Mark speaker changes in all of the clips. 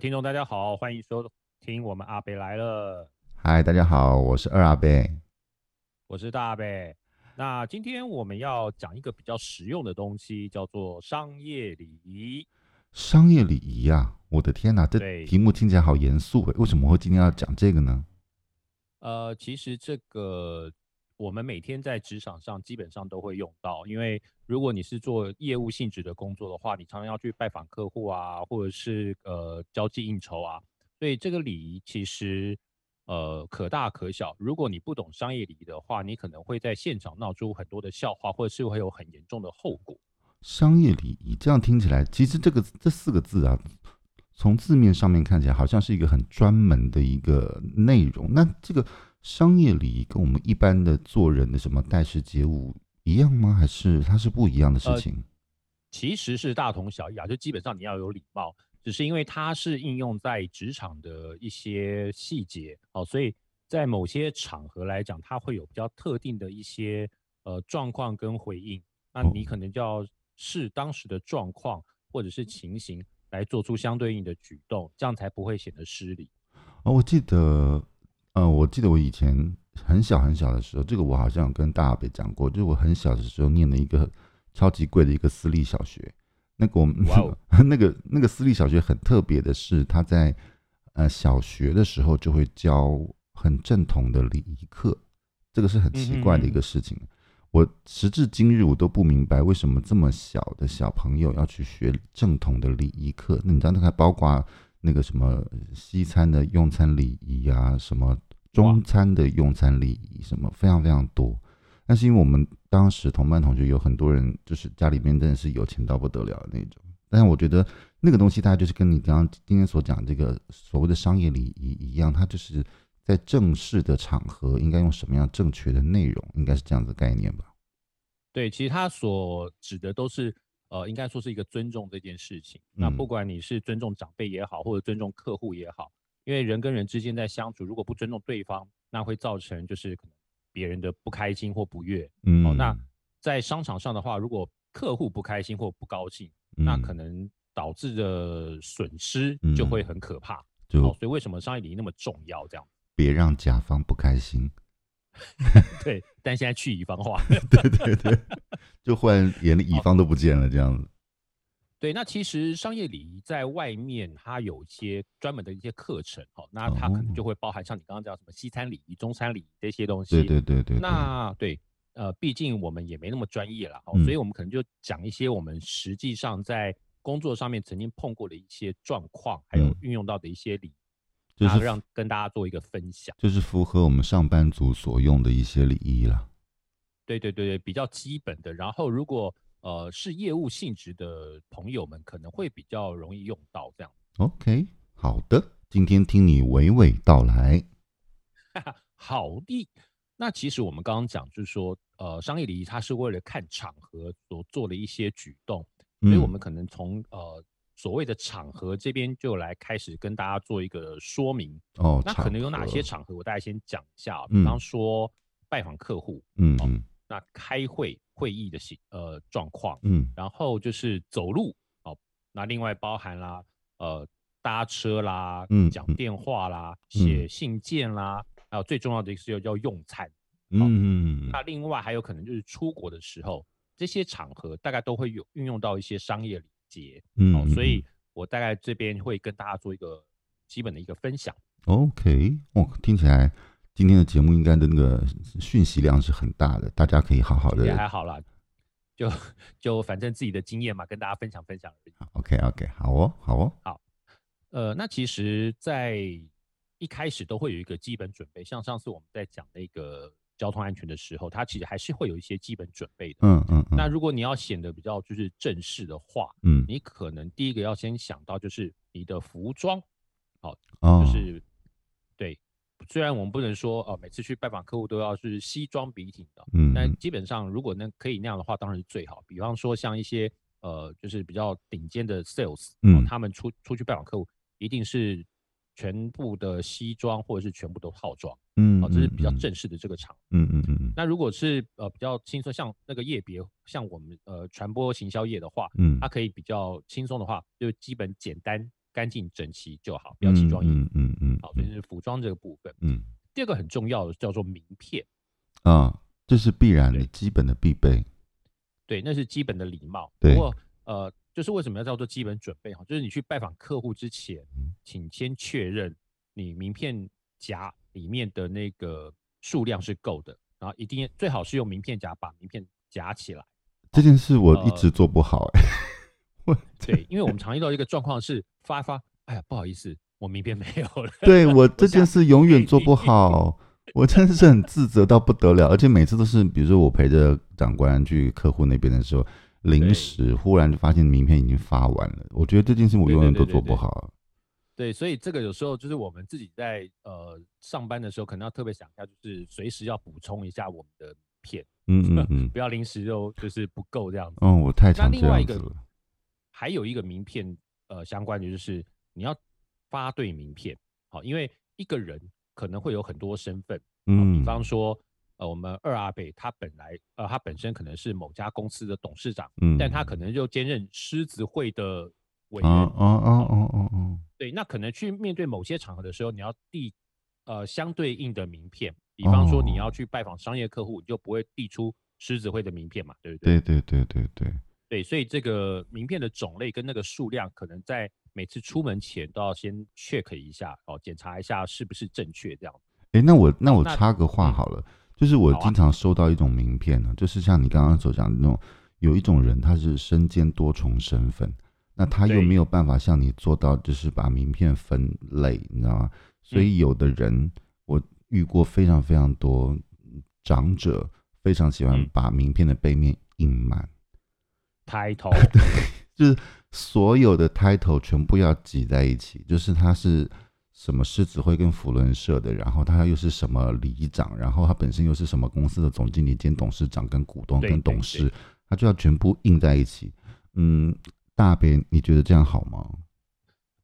Speaker 1: 听众大家好，欢迎收听我们阿北来了，
Speaker 2: 嗨，大家好，我是二阿贝。
Speaker 1: 我是大北。那今天我们要讲一个比较实用的东西，叫做商业礼仪。
Speaker 2: 商业礼仪啊，我的天哪，
Speaker 1: 对
Speaker 2: 这题目听起来好严肃诶，为什么会今天要讲这个呢？
Speaker 1: 呃，其实这个我们每天在职场上基本上都会用到，因为如果你是做业务性质的工作的话，你常常要去拜访客户啊，或者是呃交际应酬啊，所以这个礼仪其实呃可大可小。如果你不懂商业礼仪的话，你可能会在现场闹出很多的笑话，或者是会有很严重的后果。
Speaker 2: 商业礼仪，这样听起来，其实这个这四个字啊，从字面上面看起来好像是一个很专门的一个内容。那这个商业礼仪跟我们一般的做人的什么待事接物一样吗？还是它是不一样的事
Speaker 1: 呃
Speaker 2: 情？
Speaker 1: 其实是大同小异啊，就基本上你要有礼貌，只是因为它是应用在职场的一些细节哦，所以在某些场合来讲，它会有比较特定的一些呃状况跟回应，那
Speaker 2: 哦
Speaker 1: 你可能就要视当时的状况或者是情形来做出相对应的举动，这样才不会显得失礼。
Speaker 2: 哦，我记得，呃，我记得我以前很小很小的时候，这个我好像有跟大北讲过，就是我很小的时候念了一个超级贵的一个私立小学，那个我们
Speaker 1: 哇哦
Speaker 2: 那个那个私立小学很特别的是，他在呃小学的时候就会教很正统的礼仪课，这个是很奇怪的一
Speaker 1: 嗯哼
Speaker 2: 个事情。我时至今日，我都不明白为什么这么小的小朋友要去学正统的礼仪课。那你知道，那还包括那个什么西餐的用餐礼仪啊，什么中餐的用餐礼仪，什么非常非常多。但是因为我们当时同班同学有很多人，就是家里面真的是有钱到不得了的那种。但是我觉得那个东西，它就是跟你刚刚今天所讲这个所谓的商业礼仪一样，它就是在正式的场合应该用什么样正确的内容，应该是这样子的概念吧。
Speaker 1: 对，其实他所指的都是，呃，应该说是一个尊重这件事情。那不
Speaker 2: 嗯
Speaker 1: 管你是尊重长辈也好，或者尊重客户也好，因为人跟人之间在相处，如果不尊重对方，那会造成就是可能别人的不开心或不悦。
Speaker 2: 嗯，
Speaker 1: 哦，那在商场上的话，如果客户不开心或不高兴，那可
Speaker 2: 嗯
Speaker 1: 能导致的损失就会
Speaker 2: 嗯
Speaker 1: 很可怕。哦
Speaker 2: 就，
Speaker 1: 所以为什么商业礼仪那么重要？这样
Speaker 2: 别让甲方不开心。
Speaker 1: 对，但现在去乙方化。
Speaker 2: 对对对，就忽然连
Speaker 1: 哦
Speaker 2: 乙方都不见了，这样子。
Speaker 1: 对，那其实商业礼仪在外面它有一些专门的一些课程，哦，那它可能就会包含像你刚刚讲什么西餐礼仪、中餐礼仪这些东西。
Speaker 2: 对对对对，对
Speaker 1: 那对，呃，毕竟我们也没那么专业啦，哦，所以
Speaker 2: 嗯
Speaker 1: 我们可能就讲一些我们实际上在工作上面曾经碰过的一些状况，还有
Speaker 2: 嗯
Speaker 1: 运用到的一些礼仪，
Speaker 2: 就
Speaker 1: 那
Speaker 2: 是
Speaker 1: 让跟大家做一个分享。
Speaker 2: 就是符合我们上班族所用的一些礼仪了。
Speaker 1: 对对对对，比较基本的。然后如果呃是业务性质的朋友们，可能会比较容易用到这样。
Speaker 2: OK，好的，今天听你娓娓道来。
Speaker 1: 好的，那其实我们刚刚讲，就是说，呃，商业礼仪它是为了看场合所做的一些举动，所以我
Speaker 2: 嗯
Speaker 1: 们可能从呃所谓的场合这边就来开始跟大家做一个说明。
Speaker 2: 哦，
Speaker 1: 那可能有
Speaker 2: 场
Speaker 1: 哪
Speaker 2: 合
Speaker 1: 些？场合，我大概先讲一下啊，比
Speaker 2: 嗯
Speaker 1: 方说拜访客户，
Speaker 2: 嗯
Speaker 1: 哦
Speaker 2: 嗯
Speaker 1: 那开会会议的形呃状况，
Speaker 2: 嗯
Speaker 1: 然后就是走路哦，那另外包含啦，呃，搭车啦，
Speaker 2: 嗯
Speaker 1: 讲
Speaker 2: 嗯
Speaker 1: 电话啦，
Speaker 2: 嗯
Speaker 1: 写信件啦，还有最重要的一个是要用餐。
Speaker 2: 嗯嗯，
Speaker 1: 那另外还有可能就是出国的时候，这些场合大概都会有运用到一些商业礼节
Speaker 2: 嗯
Speaker 1: 哦，
Speaker 2: 嗯
Speaker 1: 所以
Speaker 2: 嗯
Speaker 1: 我大概这边会跟大家做一个基本的一个分享。
Speaker 2: 嗯 OK，哦，听起来今天的节目应该的那个讯息量是很大的，大家可以好好
Speaker 1: 也还
Speaker 2: 的。
Speaker 1: 好啦，就就反正自己的经验嘛，跟大家分享分享而已。
Speaker 2: OK OK，好哦好哦，
Speaker 1: 呃，那其实，在一开始都会有一个基本准备，像上次我们在讲那个交通安全的时候，它其实还是会有一些基本准备的。
Speaker 2: 嗯嗯嗯，
Speaker 1: 那如果你要显得比较就是正式的话，
Speaker 2: 嗯
Speaker 1: 你可能第一个要先想到就是你的服装，
Speaker 2: 哦
Speaker 1: 就是、对。虽然我们不能说呃每次去拜访客户都要是西装笔挺的，
Speaker 2: 嗯
Speaker 1: 但
Speaker 2: 嗯
Speaker 1: 基本上如果能可以那样的话，当然是最好。比方说像一些呃，就是比较顶尖的 sales，、哦
Speaker 2: 嗯
Speaker 1: 他们出出去拜访客户，一定是全部的西装或者是全部都套装，
Speaker 2: 嗯
Speaker 1: 哦，这是比较
Speaker 2: 嗯嗯
Speaker 1: 正式的这个场合。
Speaker 2: 嗯嗯嗯嗯
Speaker 1: 那如果是呃比较轻松，像那个业别，像我们呃传播行销业的话，
Speaker 2: 嗯
Speaker 1: 它可以比较轻松的话，就基本简单干净整齐就好，不要奇装异
Speaker 2: 嗯嗯嗯，
Speaker 1: 服。好，这是服装这个部分。
Speaker 2: 嗯
Speaker 1: 第二个很重要的叫做名片，
Speaker 2: 啊、这是必然的
Speaker 1: 对
Speaker 2: 基本的必备。
Speaker 1: 对，那是基本的礼貌。
Speaker 2: 对
Speaker 1: 不过呃，就是为什么要叫做基本准备哈？就是你去拜访客户之前
Speaker 2: 嗯，
Speaker 1: 请先确认你名片夹里面的那个数量是够的，然后一定最好是用名片夹把名片夹起来。
Speaker 2: 这件事我一
Speaker 1: 呃
Speaker 2: 直做不好、哎、
Speaker 1: 对，因为我们常遇到一个状况是发一发，哎呀，不好意思，我名片没有了。
Speaker 2: 对我这
Speaker 1: 下
Speaker 2: 件事永远做不好，我真的是很自责到不得了，而且每次都是，比如说我陪着长官去客户那边的时候，临
Speaker 1: 对
Speaker 2: 时忽然就发现名片已经发完了，我觉得这件事我
Speaker 1: 对
Speaker 2: 永
Speaker 1: 对
Speaker 2: 远都
Speaker 1: 对对
Speaker 2: 做不
Speaker 1: 对
Speaker 2: 好。
Speaker 1: 对，所以这个有时候就是我们自己在呃上班的时候，可能要特别想一下，就是随时要补充一下我们的片，
Speaker 2: 嗯嗯嗯，
Speaker 1: 不要临时就就是不够这样子。
Speaker 2: 哦，我太
Speaker 1: 那
Speaker 2: 常
Speaker 1: 另
Speaker 2: 这
Speaker 1: 外
Speaker 2: 样
Speaker 1: 一
Speaker 2: 子
Speaker 1: 个啊
Speaker 2: 了。
Speaker 1: 还有一个名片呃相关的就是你要发对名片，好，因为一个人可能会有很多身份，好
Speaker 2: 嗯，
Speaker 1: 比方说呃我们二阿北他本来呃他本身可能是某家公司的董事长，
Speaker 2: 嗯，
Speaker 1: 但他可能就兼任狮子会的委员，
Speaker 2: 哦哦哦哦哦哦，
Speaker 1: 对，那可能去面对某些场合的时候，你要递呃相对应的名片，比方说你要
Speaker 2: 哦
Speaker 1: 去拜访商业客户，你就不会递出狮子会的名片嘛，对不对？
Speaker 2: 对对对对对，
Speaker 1: 对，所以这个名片的种类跟那个数量，可能在每次出门前都要先 check 一下哦，检查一下是不是正确这样。
Speaker 2: 哎，那我那我
Speaker 1: 那
Speaker 2: 插个话
Speaker 1: 嗯
Speaker 2: 好了，就是我
Speaker 1: 好啊
Speaker 2: 经常收到一种名片呢，就是像你刚刚所讲的那种，有一种人他是身兼多重身份，那他又
Speaker 1: 对
Speaker 2: 没有办法像你做到，就是把名片分类，你知道吗？所
Speaker 1: 嗯
Speaker 2: 以有的人我遇过非常非常多嗯长者，非常喜欢
Speaker 1: 嗯
Speaker 2: 把名片的背面印满，
Speaker 1: 抬 头
Speaker 2: 就是所有的 title 全部要挤在一起，就是他是什么狮子会跟福伦社的，然后他又是什么里长，然后他本身又是什么公司的总经理兼董事长跟股东
Speaker 1: 对
Speaker 2: 跟
Speaker 1: 对
Speaker 2: 董事
Speaker 1: 对，
Speaker 2: 他就要全部印在一起。嗯，大边你觉得这样好吗？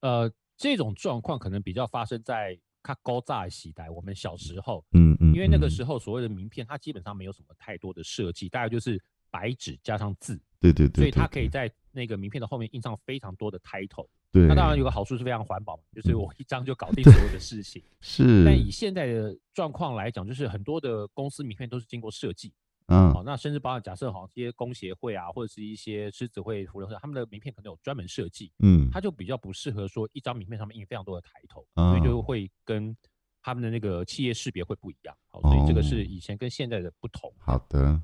Speaker 1: 呃，这种状况可能比较发生在他高炸的时代，我们小时候，
Speaker 2: 嗯嗯，
Speaker 1: 因为那个
Speaker 2: 嗯
Speaker 1: 时候所谓的名片，它基本上没有什么太多的设计，大概就是白纸加上字，
Speaker 2: 对对对，
Speaker 1: 所以它
Speaker 2: 对
Speaker 1: 可以在那个名片的后面印上非常多的 title。
Speaker 2: 对，
Speaker 1: 那当然有个好处是非常环保嘛，就是
Speaker 2: 嗯
Speaker 1: 我一张就搞定所有的事情。
Speaker 2: 是，
Speaker 1: 但以现在的状况来讲，就是很多的公司名片都是经过设计，
Speaker 2: 嗯
Speaker 1: 好、那甚至包括假设好像这些工协会啊，或者是一些狮子会、福伦社，他们的名片可能有专门设计，
Speaker 2: 嗯
Speaker 1: 它就比较不适合说一张名片上面印非常多的抬头，
Speaker 2: 啊
Speaker 1: 所以就会跟他们的那个企业识别会不一样，好、所以这个
Speaker 2: 哦
Speaker 1: 是以前跟现在的不同。
Speaker 2: 好的，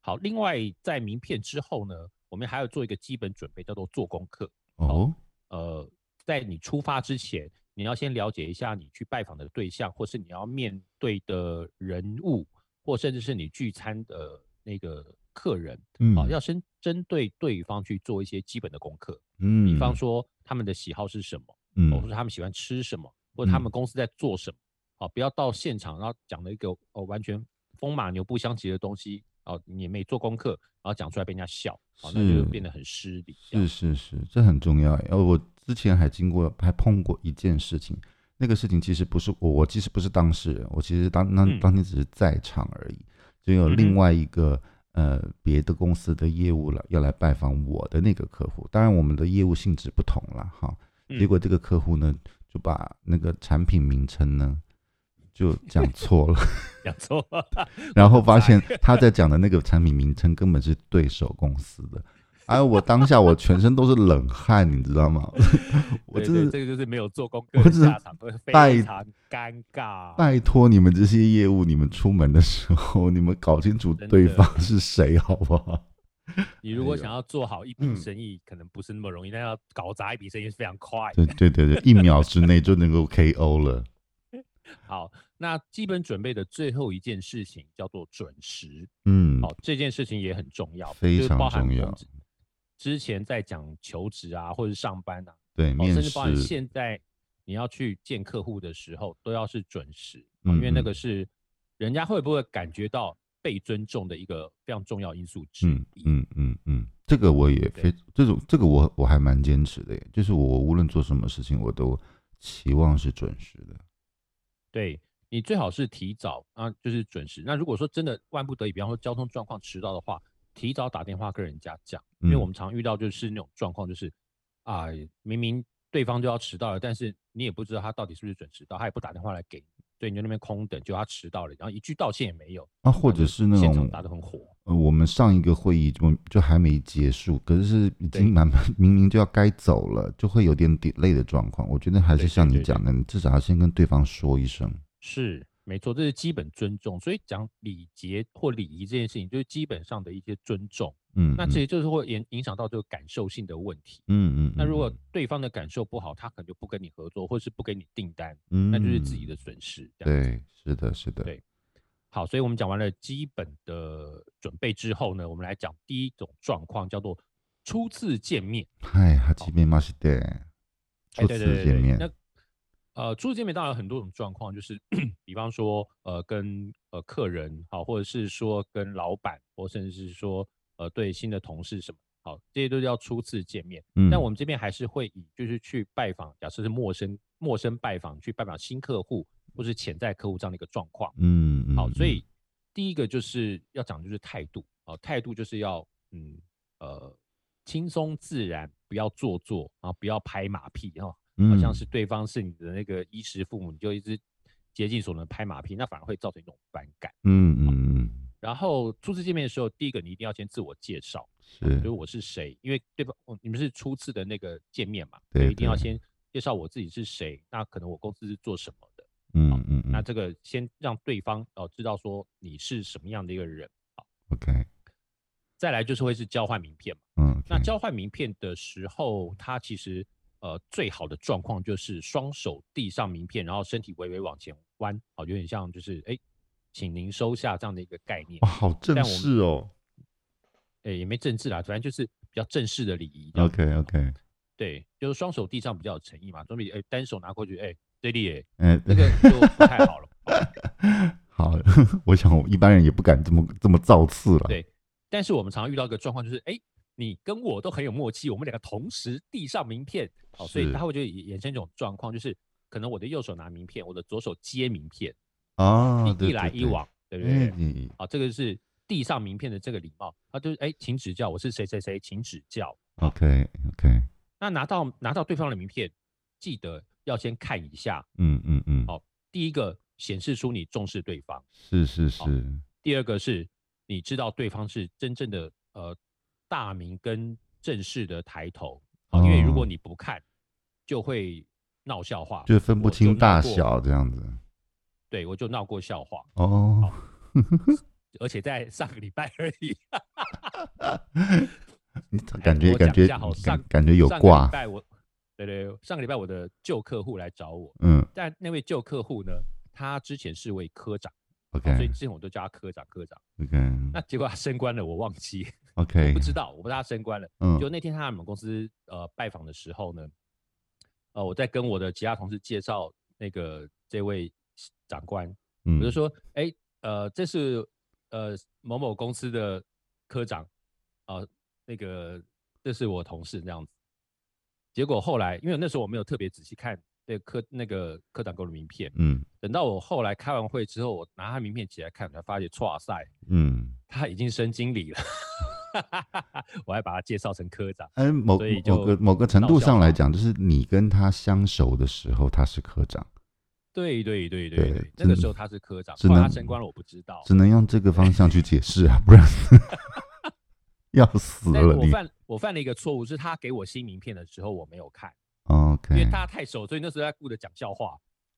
Speaker 1: 好，另外在名片之后呢，我们还要做一个基本准备，叫做做功课。
Speaker 2: 哦，
Speaker 1: 呃，在你出发之前，你要先了解一下你去拜访的对象，或是你要面对的人物，或甚至是你聚餐的那个客人
Speaker 2: 嗯，
Speaker 1: 啊、要先针对对方去做一些基本的功课，
Speaker 2: 嗯，
Speaker 1: 比方说他们的喜好是什么，
Speaker 2: 嗯，
Speaker 1: 或者他们喜欢吃什么，或者他
Speaker 2: 嗯
Speaker 1: 们公司在做什么，啊、不要到现场然后讲了一个呃完全风马牛不相及的东西。哦，你也没做功课，然后讲出来被人家笑，哦，那
Speaker 2: 是
Speaker 1: 就变得很失礼。这样
Speaker 2: 是是是，这很重要欸。呃，我之前还经过，还碰过一件事情。那个事情其实不是我，我其实不是当事人，我其实当当
Speaker 1: 嗯
Speaker 2: 当天只是在场而已。就有
Speaker 1: 嗯
Speaker 2: 另
Speaker 1: 哼
Speaker 2: 外一个、呃别的公司的业务了，要来拜访我的那个客户。当然，我们的业务性质不同了哈。结
Speaker 1: 嗯
Speaker 2: 果这个客户呢，就把那个产品名称呢就讲错了，
Speaker 1: 讲错了，
Speaker 2: 然后发现他在讲的那个产品名称根本是对手公司的。 哎，我当下我全身都是冷汗，你知道 吗？我
Speaker 1: 对
Speaker 2: 真
Speaker 1: 对
Speaker 2: 是
Speaker 1: 这个就是没有做功
Speaker 2: 我
Speaker 1: 课的
Speaker 2: 真是
Speaker 1: 下场会非
Speaker 2: 拜
Speaker 1: 常尴尬。
Speaker 2: 拜托你们这些业务，你们出门的时候，你们搞清楚
Speaker 1: 真的
Speaker 2: 对方是谁，好不 好？
Speaker 1: 你如果
Speaker 2: 哎呦
Speaker 1: 想要做好一
Speaker 2: 嗯
Speaker 1: 笔生意，可能不是那么容易，但要搞砸一笔生意是非常快。
Speaker 2: 对对对对，一秒之内就能够 KO 了。
Speaker 1: 好，那基本准备的最后一件事情叫做准时。
Speaker 2: 嗯，
Speaker 1: 好，这件事情也很重要，
Speaker 2: 非
Speaker 1: 就是
Speaker 2: 常
Speaker 1: 包含
Speaker 2: 重
Speaker 1: 我们
Speaker 2: 要
Speaker 1: 之之前在讲求职啊，或者上班啊，
Speaker 2: 对，
Speaker 1: 哦，
Speaker 2: 面
Speaker 1: 甚至包含
Speaker 2: 试，
Speaker 1: 现在你要去见客户的时候，都要是准时，哦
Speaker 2: 嗯
Speaker 1: 因为那
Speaker 2: 嗯
Speaker 1: 个是人家会不会感觉到被尊重的一个非常重要因素之
Speaker 2: 嗯
Speaker 1: 一。
Speaker 2: 嗯嗯嗯，这个我也非这种这个我我还蛮坚持的耶，就是我无论做什么事情，我都期望是准时的。
Speaker 1: 对你最好是提早啊，就是准时。那如果说真的万不得已，比方说交通状况迟到的话，提早打电话跟人家讲，因为
Speaker 2: 嗯
Speaker 1: 我们常遇到就是那种状况，就是啊、明明对方就要迟到了，但是你也不知道他到底是不是准时到，他也不打电话来给你，所以你就那边空等，就他迟到了，然后一句道歉也没有，
Speaker 2: 啊，或者是那
Speaker 1: 现
Speaker 2: 种
Speaker 1: 场打得很火。
Speaker 2: 呃，我们上一个会议就就还没结束，可是已
Speaker 1: 对
Speaker 2: 经慢慢 明明就要该走了，就会有点 delay 的状况。我觉得还是
Speaker 1: 对
Speaker 2: 像
Speaker 1: 对
Speaker 2: 你
Speaker 1: 对
Speaker 2: 讲的，你至少要先跟对方说一声。
Speaker 1: 是，没错，这是基本尊重。所以讲礼节或礼仪这件事情，就是基本上的一些尊重。
Speaker 2: 嗯，
Speaker 1: 那
Speaker 2: 嗯
Speaker 1: 其实就是会影影响到这个感受性的问题。
Speaker 2: 嗯嗯，
Speaker 1: 那如果
Speaker 2: 嗯
Speaker 1: 对方的感受不好，他可能就不跟你合作，或是不给你订单，
Speaker 2: 嗯
Speaker 1: 那就是自己的损失。这样子。
Speaker 2: 对，是的，是的，
Speaker 1: 对好，所以我们讲完了基本的准备之后呢，我们来讲第一种状况，叫做初次见面。
Speaker 2: 嗨，哈基米马西德，
Speaker 1: 哎
Speaker 2: 初
Speaker 1: 对对
Speaker 2: 次
Speaker 1: 对
Speaker 2: 见
Speaker 1: 对，
Speaker 2: 面，
Speaker 1: 那呃，初次见面当然有很多种状况，就是 比方说呃跟呃客人好，或者是说跟老板，或甚至是说呃对新的同事什么。好，这些都叫初次见面。
Speaker 2: 嗯，
Speaker 1: 但我们这边还是会以就是去拜访，假设是陌生陌生拜访，去拜访新客户或是潜在客户这样的一个状况。
Speaker 2: 嗯嗯，
Speaker 1: 好，所
Speaker 2: 嗯
Speaker 1: 以第一个就是要讲的就是态度啊，态度就是要嗯呃轻松自然，不要做作啊，不要拍马屁哈、好像
Speaker 2: 嗯
Speaker 1: 是对方是你的那个衣食父母，你就一直竭尽所能拍马屁，那反而会造成一种反感。
Speaker 2: 嗯嗯嗯，
Speaker 1: 然后初次见面的时候，第一个你一定要先自我介绍，就是
Speaker 2: 是
Speaker 1: 我是谁，因为对方哦你们是初次的那个见面嘛，
Speaker 2: 对
Speaker 1: 所以一定要
Speaker 2: 对
Speaker 1: 先介绍我自己是谁，那可能我公司是做什么的。
Speaker 2: 嗯嗯
Speaker 1: 那
Speaker 2: 嗯
Speaker 1: 这个先让对方哦、知道说你是什么样的一个人，
Speaker 2: ，OK，
Speaker 1: 再来就是会是交换名片嘛。
Speaker 2: 嗯，
Speaker 1: 那
Speaker 2: OK，
Speaker 1: 交换名片的时候，他其实呃最好的状况就是双手递上名片，然后身体微微往前弯，哦，有点像就是哎，请您收下这样的一个概念
Speaker 2: 哇，，好正
Speaker 1: 但我们
Speaker 2: 式哦
Speaker 1: 哎，也没政治啦，反正就是比较正式的礼仪这样子。
Speaker 2: ，OK OK，
Speaker 1: 对，就是双手递上比较有诚意嘛，总比哎单手拿过去哎这里 耶
Speaker 2: 哎，
Speaker 1: 那个就不太好了。
Speaker 2: 好， 我想我一般人也不敢这么这么造次了。
Speaker 1: 对但是我们常常遇到一个状况，就是哎，诶你跟我都很有默契，我们两个同时递上名片，哦，所以
Speaker 2: 是
Speaker 1: 他会就衍衍生一种状况，就是可能我的右手拿名片，我的左手接名片，
Speaker 2: 啊，
Speaker 1: 一
Speaker 2: 对
Speaker 1: 一来一，往，对
Speaker 2: 对
Speaker 1: 不
Speaker 2: 对哎
Speaker 1: 对？
Speaker 2: 你
Speaker 1: 好，这个是递上名片的这个礼貌，啊，就是哎，诶请指教，我是谁谁谁，请指教。
Speaker 2: OK OK，
Speaker 1: 那拿到拿到对方的名片，记得要先看一下，
Speaker 2: 嗯嗯嗯，
Speaker 1: 好第一个显示出你重视对方，
Speaker 2: 是是
Speaker 1: 好
Speaker 2: 是，
Speaker 1: 第二个是你知道对方是真正的呃大名跟正式的抬头，好、因为如果
Speaker 2: 哦
Speaker 1: 你不看，就会闹笑话，
Speaker 2: 就分
Speaker 1: 我
Speaker 2: 不清
Speaker 1: 闹
Speaker 2: 大
Speaker 1: 过
Speaker 2: 小这样子。
Speaker 1: 对我就闹过笑话，
Speaker 2: 哦，
Speaker 1: 而且在上个礼拜而已。
Speaker 2: 你
Speaker 1: 哎
Speaker 2: 感觉
Speaker 1: 我
Speaker 2: 感
Speaker 1: 讲一
Speaker 2: 觉
Speaker 1: 下好
Speaker 2: 感
Speaker 1: 上
Speaker 2: 感 觉有
Speaker 1: 上个
Speaker 2: 挂
Speaker 1: 礼，拜我，对对，上个礼拜我的旧客户来找我，
Speaker 2: 嗯
Speaker 1: 但那位旧客户呢，他之前是位科长，所以
Speaker 2: ，OK
Speaker 1: 之前我都叫他科长科长。
Speaker 2: OK
Speaker 1: 那结果他升官了，我忘记，
Speaker 2: OK，
Speaker 1: 不知道，我不知道他升官了。
Speaker 2: 嗯
Speaker 1: 就那天他来我们公司呃拜访的时候呢，呃，我在跟我的其他同事介绍那个这位长官，
Speaker 2: 嗯，
Speaker 1: 我就说，哎、呃，这是呃某某公司的科长，呃，那个这是我同事这样子。结果后来，因为那时候我没有特别仔细看那个科那个科长给我的名片，
Speaker 2: 嗯
Speaker 1: 等到我后来开完会之后，我拿他名片起来看，才发现，哇塞，
Speaker 2: 嗯，
Speaker 1: 他已经升经理了， 我还把他介绍成科长。
Speaker 2: 哎，某
Speaker 1: 所以
Speaker 2: 某
Speaker 1: 就
Speaker 2: 个某个程
Speaker 1: 闹
Speaker 2: 度
Speaker 1: 笑
Speaker 2: 上来
Speaker 1: 话
Speaker 2: 讲，就是你跟他相熟的时候，他是科长，
Speaker 1: 对对对
Speaker 2: 对
Speaker 1: 对对，那
Speaker 2: 真
Speaker 1: 个
Speaker 2: 的
Speaker 1: 时候他是科长，
Speaker 2: 只
Speaker 1: 后来他
Speaker 2: 能
Speaker 1: 升官了，我不知道。
Speaker 2: 只能用这个方向去解释啊，不 然要死
Speaker 1: 但
Speaker 2: 了
Speaker 1: 我
Speaker 2: 你。
Speaker 1: 犯我犯了一个错误，是他给我新名片的时候我没有看，因
Speaker 2: OK，
Speaker 1: 为大家太熟，所以那时候在顾着讲笑话，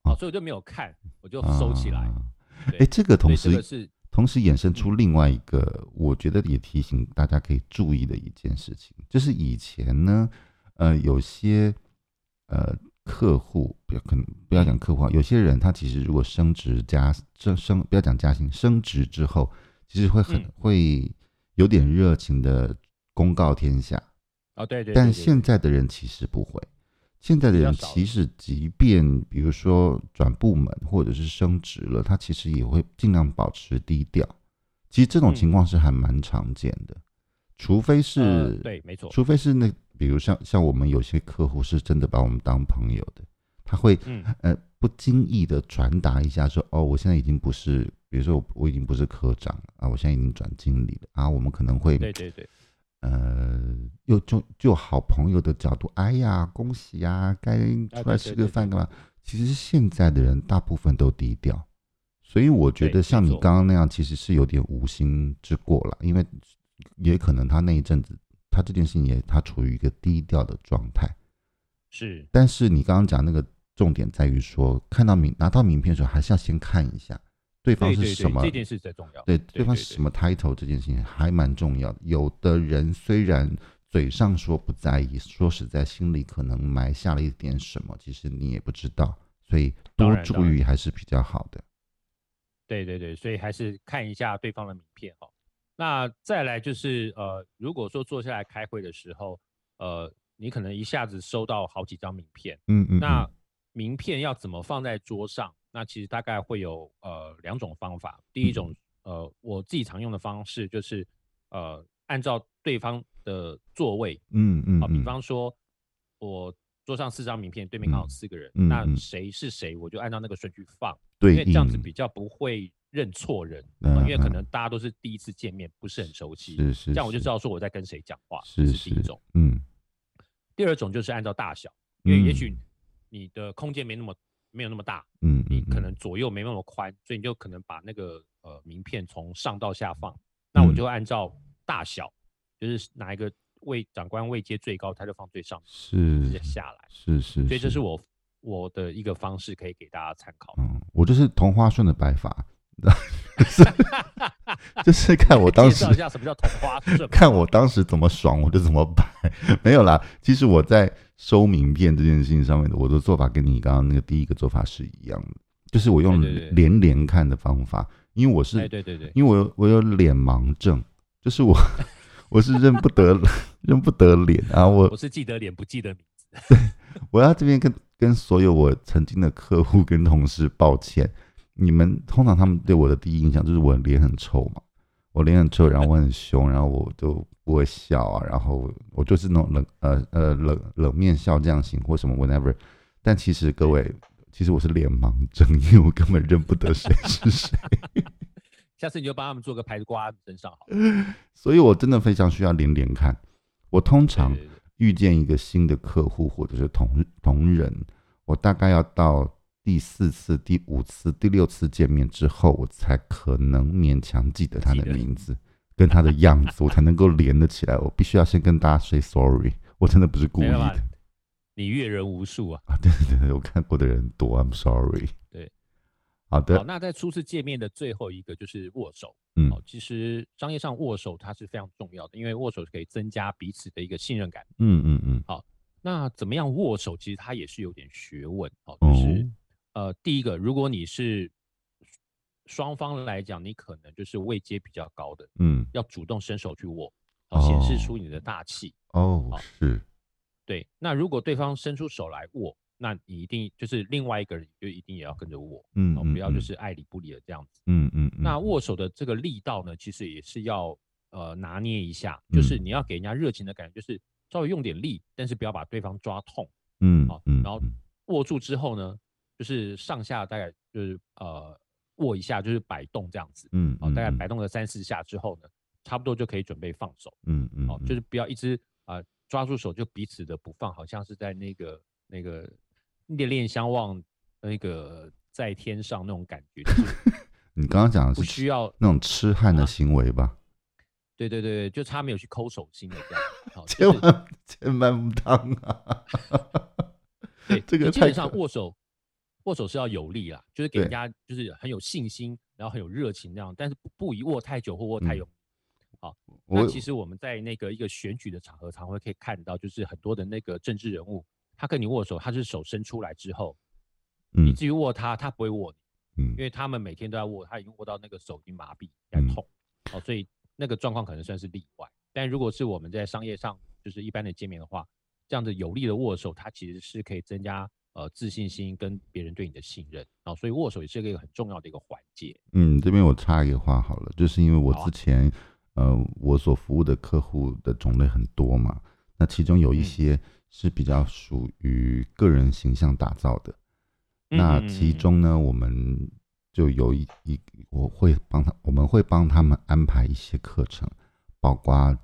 Speaker 1: 啊，所以我就没有看，我就收起来。
Speaker 2: 哦啊
Speaker 1: 对
Speaker 2: 哎、这个
Speaker 1: 所
Speaker 2: 同
Speaker 1: 以这
Speaker 2: 时、
Speaker 1: 个是
Speaker 2: 同时衍生出另外一个，我觉得也提醒大家可以注意的一件事情，就是以前呢，呃，有些呃客户，不要可能不要讲客户啊，有些人他其实如果升职加升升，不要讲加薪，升职之后，其实会很、
Speaker 1: 嗯
Speaker 2: 会有点热情的公告天下，
Speaker 1: 哦，对对对
Speaker 2: 但
Speaker 1: 对
Speaker 2: 现在的人其实不会，现在的
Speaker 1: 比较
Speaker 2: 人
Speaker 1: 少
Speaker 2: 其实即便比如说转部门或者是升职了，他其实也会尽量保持低调。其实这种
Speaker 1: 嗯
Speaker 2: 情况是还蛮常见的，除非是、
Speaker 1: 呃对，没错，
Speaker 2: 除非是那比如像像我们有些客户是真的把我们当朋友的，他会
Speaker 1: 嗯，
Speaker 2: 呃不经意的传达一下说，哦，我现在已经不是，比如说我我已经不是科长了啊，我现在已经转经理了啊，我们可能会
Speaker 1: 对对对，
Speaker 2: 呃，又就就好朋友的角度，哎呀，恭喜呀、该出来
Speaker 1: 啊对
Speaker 2: 吃
Speaker 1: 对
Speaker 2: 个
Speaker 1: 对
Speaker 2: 饭
Speaker 1: 对
Speaker 2: 干嘛？其实现在的人大部分都低调，所以我觉
Speaker 1: 对
Speaker 2: 得像
Speaker 1: 没
Speaker 2: 你
Speaker 1: 错
Speaker 2: 刚刚那样，其实是有点无心之过了，因为也可能他那一阵子，他这件事情也他处于一个低调的状态。
Speaker 1: 是
Speaker 2: 但是你刚刚讲那个重点在于说，看到名拿到名片的时候，还是要先看一下对方
Speaker 1: 对
Speaker 2: 是
Speaker 1: 对
Speaker 2: 什
Speaker 1: 对，
Speaker 2: 么
Speaker 1: 这件事最重要。
Speaker 2: 对，对方
Speaker 1: 对
Speaker 2: 是什么 title 这件事情还蛮重要的。有的人虽然嘴上说不在意，说实在心里可能埋下了一点什么，其实你也不知道，所以
Speaker 1: 当
Speaker 2: 多
Speaker 1: 然
Speaker 2: 注
Speaker 1: 当然
Speaker 2: 意还是比较好的。
Speaker 1: 对对对，所以还是看一下对方的名片哈、那再来就是呃，如果说坐下来开会的时候，呃，你可能一下子收到好几张名片，
Speaker 2: 嗯嗯，
Speaker 1: 那
Speaker 2: 嗯
Speaker 1: 名片要怎么放在桌上？那其实大概会有呃两种方法。第一种
Speaker 2: 嗯
Speaker 1: 呃，我自己常用的方式就是呃，按照对方的座位
Speaker 2: 嗯嗯，
Speaker 1: 啊，比
Speaker 2: 嗯
Speaker 1: 方说我桌上四张名片，对面刚好
Speaker 2: 嗯
Speaker 1: 四个人，
Speaker 2: 嗯
Speaker 1: 那
Speaker 2: 嗯
Speaker 1: 谁是谁，我就按照那个顺序放。因
Speaker 2: 对
Speaker 1: 为
Speaker 2: 应
Speaker 1: 这样子比较不会认错人，
Speaker 2: 嗯
Speaker 1: 呃因为可
Speaker 2: 嗯
Speaker 1: 能大家都是第一次见面，不是很熟悉，
Speaker 2: 是是，
Speaker 1: 这样我就知
Speaker 2: 是
Speaker 1: 道说我在跟谁讲话，
Speaker 2: 是
Speaker 1: 是第一种。，
Speaker 2: 嗯
Speaker 1: 第二种就是按照大小，因为也许
Speaker 2: 嗯
Speaker 1: 你的空间没那么没有那么大，
Speaker 2: 嗯，
Speaker 1: 你
Speaker 2: 嗯
Speaker 1: 可
Speaker 2: 嗯
Speaker 1: 能左右没那么宽，所以你就可能把那个呃名片从上到下放。那我
Speaker 2: 嗯
Speaker 1: 就按照大小，就是哪一个位长官位阶最高，他就放最上面，直接
Speaker 2: 是
Speaker 1: 下来。
Speaker 2: 是是，
Speaker 1: 所以这是我我的一个方式，可以给大家参考。
Speaker 2: 嗯，我就是同花顺的摆法， 就是看我当
Speaker 1: 哎介
Speaker 2: 时。
Speaker 1: 绍一下什么叫同花顺
Speaker 2: 看我当时怎么爽，我就怎么摆。 没有啦，其实我在收名片这件事情上面的，我的做法跟你刚刚那个第一个做法是一样的，就是我用
Speaker 1: 对对对
Speaker 2: 连连看的方法，因为我是
Speaker 1: 哎，对对对，
Speaker 2: 因为我有我有脸盲症，就是我 我是认不得 认不得脸啊，我
Speaker 1: 我是记得脸不记得名字。
Speaker 2: 我要这边跟跟所有我曾经的客户跟同事抱歉， 你们通常他们对我的第一印象就是我脸很臭嘛，我脸很臭，然后我很凶，然后我就不会笑啊，然后我就是那种冷呃呃冷冷面笑这样型或什么 whatever，但其实各位，其实我是脸盲症， 因为我根本认不得谁是谁。
Speaker 1: 下次你就帮他们做个牌子挂在身上好了。
Speaker 2: 所以我真的非常需要连连看。我通常
Speaker 1: 对对对
Speaker 2: 遇见一个新的客户或者是同同仁，我大概要到第四次、第五次、第六次见面之后，我才可能勉强记得他
Speaker 1: 记
Speaker 2: 的
Speaker 1: 得
Speaker 2: 名字跟他的样子，我才能够连得起来。我必须要先跟大家 say sorry，我真的不是故意
Speaker 1: 没办法
Speaker 2: 的。
Speaker 1: 你阅人无数啊。
Speaker 2: 啊！对对对，我看过的人多，I'm sorry。
Speaker 1: 对，
Speaker 2: 好
Speaker 1: 好，
Speaker 2: 的，
Speaker 1: 那在初次见面的最后一个就是握手。
Speaker 2: 嗯
Speaker 1: 好，其实商业上握手它是非常重要的，因为握手可以增加彼此的一个信任感。
Speaker 2: 嗯嗯嗯，
Speaker 1: 那怎么样握手，其实它也是有点学问。哦，
Speaker 2: 哦
Speaker 1: 就是、呃，第一个，如果你是双方来讲，你可能就是位阶比较高的，
Speaker 2: 嗯
Speaker 1: 要主动伸手去握，好显示
Speaker 2: 哦
Speaker 1: 出你的大气。
Speaker 2: 哦
Speaker 1: 好
Speaker 2: 是，
Speaker 1: 对，那如果对方伸出手来握，那你一定就是另外一个人就一定也要跟着握，
Speaker 2: 嗯
Speaker 1: 哦，
Speaker 2: 嗯
Speaker 1: 不要就
Speaker 2: 嗯
Speaker 1: 是爱理不理的这样子。
Speaker 2: 嗯嗯嗯，
Speaker 1: 那握手的这个力道呢，其实也是要呃拿捏一下，就是
Speaker 2: 嗯
Speaker 1: 你要给人家热情的感觉，就是稍微用点力，但是不要把对方抓痛。
Speaker 2: 嗯
Speaker 1: 好
Speaker 2: 嗯，
Speaker 1: 然后
Speaker 2: 嗯
Speaker 1: 握住之后呢，就是上下大概就是呃握一下，就是摆动这样子，
Speaker 2: 嗯，
Speaker 1: 哦，大概
Speaker 2: 嗯
Speaker 1: 摆动了三四下之后呢，差不多就可以准备放手。
Speaker 2: 嗯嗯，
Speaker 1: 哦，
Speaker 2: 嗯
Speaker 1: 就是不要一直啊、呃抓住手就彼此的不放，好像是在那个那个恋恋相望那个在天上那种感觉，就是
Speaker 2: 你刚刚讲的
Speaker 1: 不
Speaker 2: 是
Speaker 1: 需
Speaker 2: 吃
Speaker 1: 要，
Speaker 2: 那种痴汉的
Speaker 1: 啊
Speaker 2: 行 为吧？
Speaker 1: 对对对，就差没有去抠手心的这样，好、哦，
Speaker 2: 千
Speaker 1: 就是
Speaker 2: 万千万不当啊！
Speaker 1: 对，
Speaker 2: 这
Speaker 1: 你
Speaker 2: 个
Speaker 1: 基
Speaker 2: 太
Speaker 1: 本上
Speaker 2: 可
Speaker 1: 握手握手是要有力啦，就是给人
Speaker 2: 对
Speaker 1: 家就是很有信心，然后很有热情那样，但是不不宜握太久或握太
Speaker 2: 嗯
Speaker 1: 用力。那
Speaker 2: 我
Speaker 1: 其实我们在那个一个选举的场合，常会可以看到，就是很多的那个政治人物，他跟你握手，他是手伸出来之后，你
Speaker 2: 嗯
Speaker 1: 至于握他，他不会握你，
Speaker 2: 嗯
Speaker 1: 因为他们每天都在握，他已经握到那个手已经麻痹在
Speaker 2: 嗯
Speaker 1: 痛，哦，所以那个状况可能算是例外。但如果是我们在商业上就是一般的见面的话，这样子有力的握手，它其实是可以增加呃自信心跟别人对你的信任啊、哦，所以握手也是一个很重要的一个环节。
Speaker 2: 嗯，这边我插一个话好了，就是因为我
Speaker 1: 好啊
Speaker 2: 之前呃我所服务的客户的种类很多嘛，那其中有一
Speaker 1: 嗯
Speaker 2: 些是比较属于个人形象打造的，那
Speaker 1: 嗯嗯嗯
Speaker 2: 其
Speaker 1: 嗯
Speaker 2: 中呢，我们就有一一我会帮他，我们会帮他们安排一些课程，包括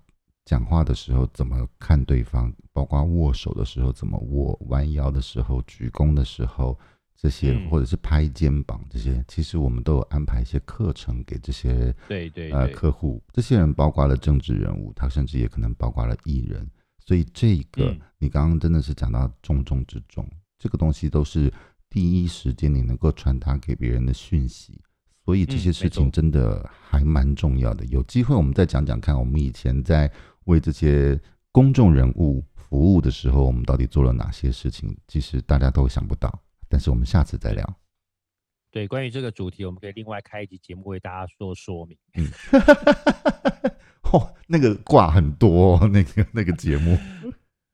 Speaker 2: 讲话的时候怎么看对方，包括握手的时候怎么握，弯腰的时候、鞠躬的时候，这些、
Speaker 1: 嗯
Speaker 2: 或者是拍肩膀这些，其实我们都有安排一些课程给这些
Speaker 1: 对对
Speaker 2: 呃
Speaker 1: 对，
Speaker 2: 客户。这些人包括了政治人物，他甚至也可能包括了艺人。所以这个、
Speaker 1: 嗯
Speaker 2: 你刚刚真的是讲到重中之重，这个东西都是第一时间你能够传达给别人的讯息。所以这
Speaker 1: 嗯
Speaker 2: 些事
Speaker 1: 没
Speaker 2: 情
Speaker 1: 错
Speaker 2: 真的还蛮重要的。有机会我们再讲讲看，我们以前在为这些公众人物服务的时候，我们到底做了哪些事情？其实大家都想不到，但是我们下次再聊。
Speaker 1: 对，关于这个主题，我们可以另外开一集节目为大家做说明。
Speaker 2: 哦，那个挂很多、哦，那个那个节目，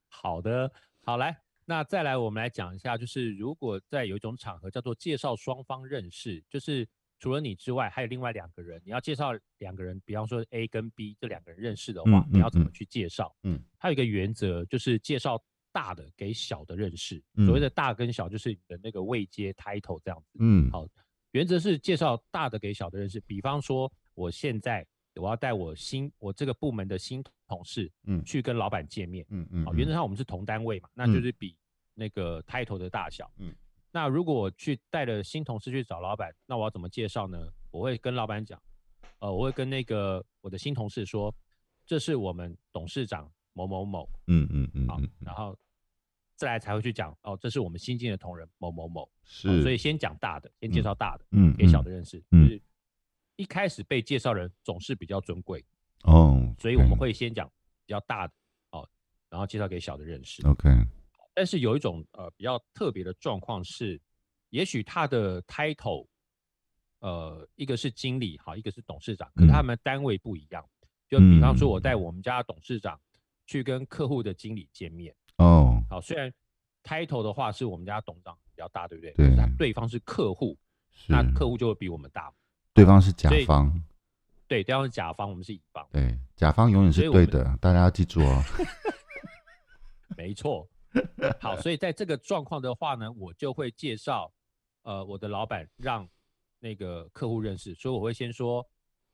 Speaker 1: 好的，好来，那再来我们来讲一下，就是如果在有一种场合叫做介绍双方认识，就是除了你之外还有另外两个人，你要介绍两个人，比方说 A 跟 B 这两个人认识的话，
Speaker 2: 嗯
Speaker 1: 你要怎
Speaker 2: 嗯
Speaker 1: 么
Speaker 2: 嗯
Speaker 1: 去介绍？
Speaker 2: 嗯，
Speaker 1: 还有一个原则就是介绍大的给小的认识，所谓
Speaker 2: 嗯
Speaker 1: 的大跟小就是你的那个位阶 title 这样子。
Speaker 2: 嗯，
Speaker 1: 好原则是介绍大的给小的认识。比方说，我现在我要带我新我这个部门的新同事，
Speaker 2: 嗯
Speaker 1: 去跟老板见面。
Speaker 2: 嗯嗯
Speaker 1: 好，
Speaker 2: 嗯
Speaker 1: 哦原则上我们是同单位嘛，那就是比那个 title 的大小。
Speaker 2: 嗯，
Speaker 1: 那如果我去带了新同事去找老板，那我要怎么介绍呢？我会跟老板讲，呃，我会跟那个我的新同事说，这是我们董事长某某某，
Speaker 2: 嗯嗯嗯，
Speaker 1: 好
Speaker 2: 嗯，
Speaker 1: 然后再来才会去讲哦，这是我们新进的同仁某某某。好
Speaker 2: 是，
Speaker 1: 所以先讲大的，先介
Speaker 2: 嗯
Speaker 1: 绍大的。
Speaker 2: 嗯
Speaker 1: 给小
Speaker 2: 嗯
Speaker 1: 的认识。
Speaker 2: 嗯
Speaker 1: 就是一开始被介绍人总是比较尊贵，
Speaker 2: 哦，
Speaker 1: 所以我们会先讲比较大的哦，然后介绍给小的认识。
Speaker 2: OK，
Speaker 1: 但是有一种呃比较特别的状况是，也许他的 title，呃，一个是经理好，一个是董事长，可是他
Speaker 2: 嗯
Speaker 1: 们单位不一样。就比方说，我
Speaker 2: 嗯
Speaker 1: 带我们家的董事长去跟客户的经理见面，
Speaker 2: 哦，
Speaker 1: 好，虽然 title 的话是我们家董事长比较大，对不对？
Speaker 2: 对
Speaker 1: 可是他对方是客户，
Speaker 2: 是
Speaker 1: 那客户就会比我们大。
Speaker 2: 对方是甲
Speaker 1: 所以
Speaker 2: 方，
Speaker 1: 对，对方是甲方，我们是乙方，
Speaker 2: 对，甲方永远
Speaker 1: 所
Speaker 2: 是
Speaker 1: 以我
Speaker 2: 对
Speaker 1: 们
Speaker 2: 的，大家要记住 哦。
Speaker 1: 没错。好，所以在这个状况的话呢，我就会介绍，呃，我的老板让那个客户认识，所以我会先说，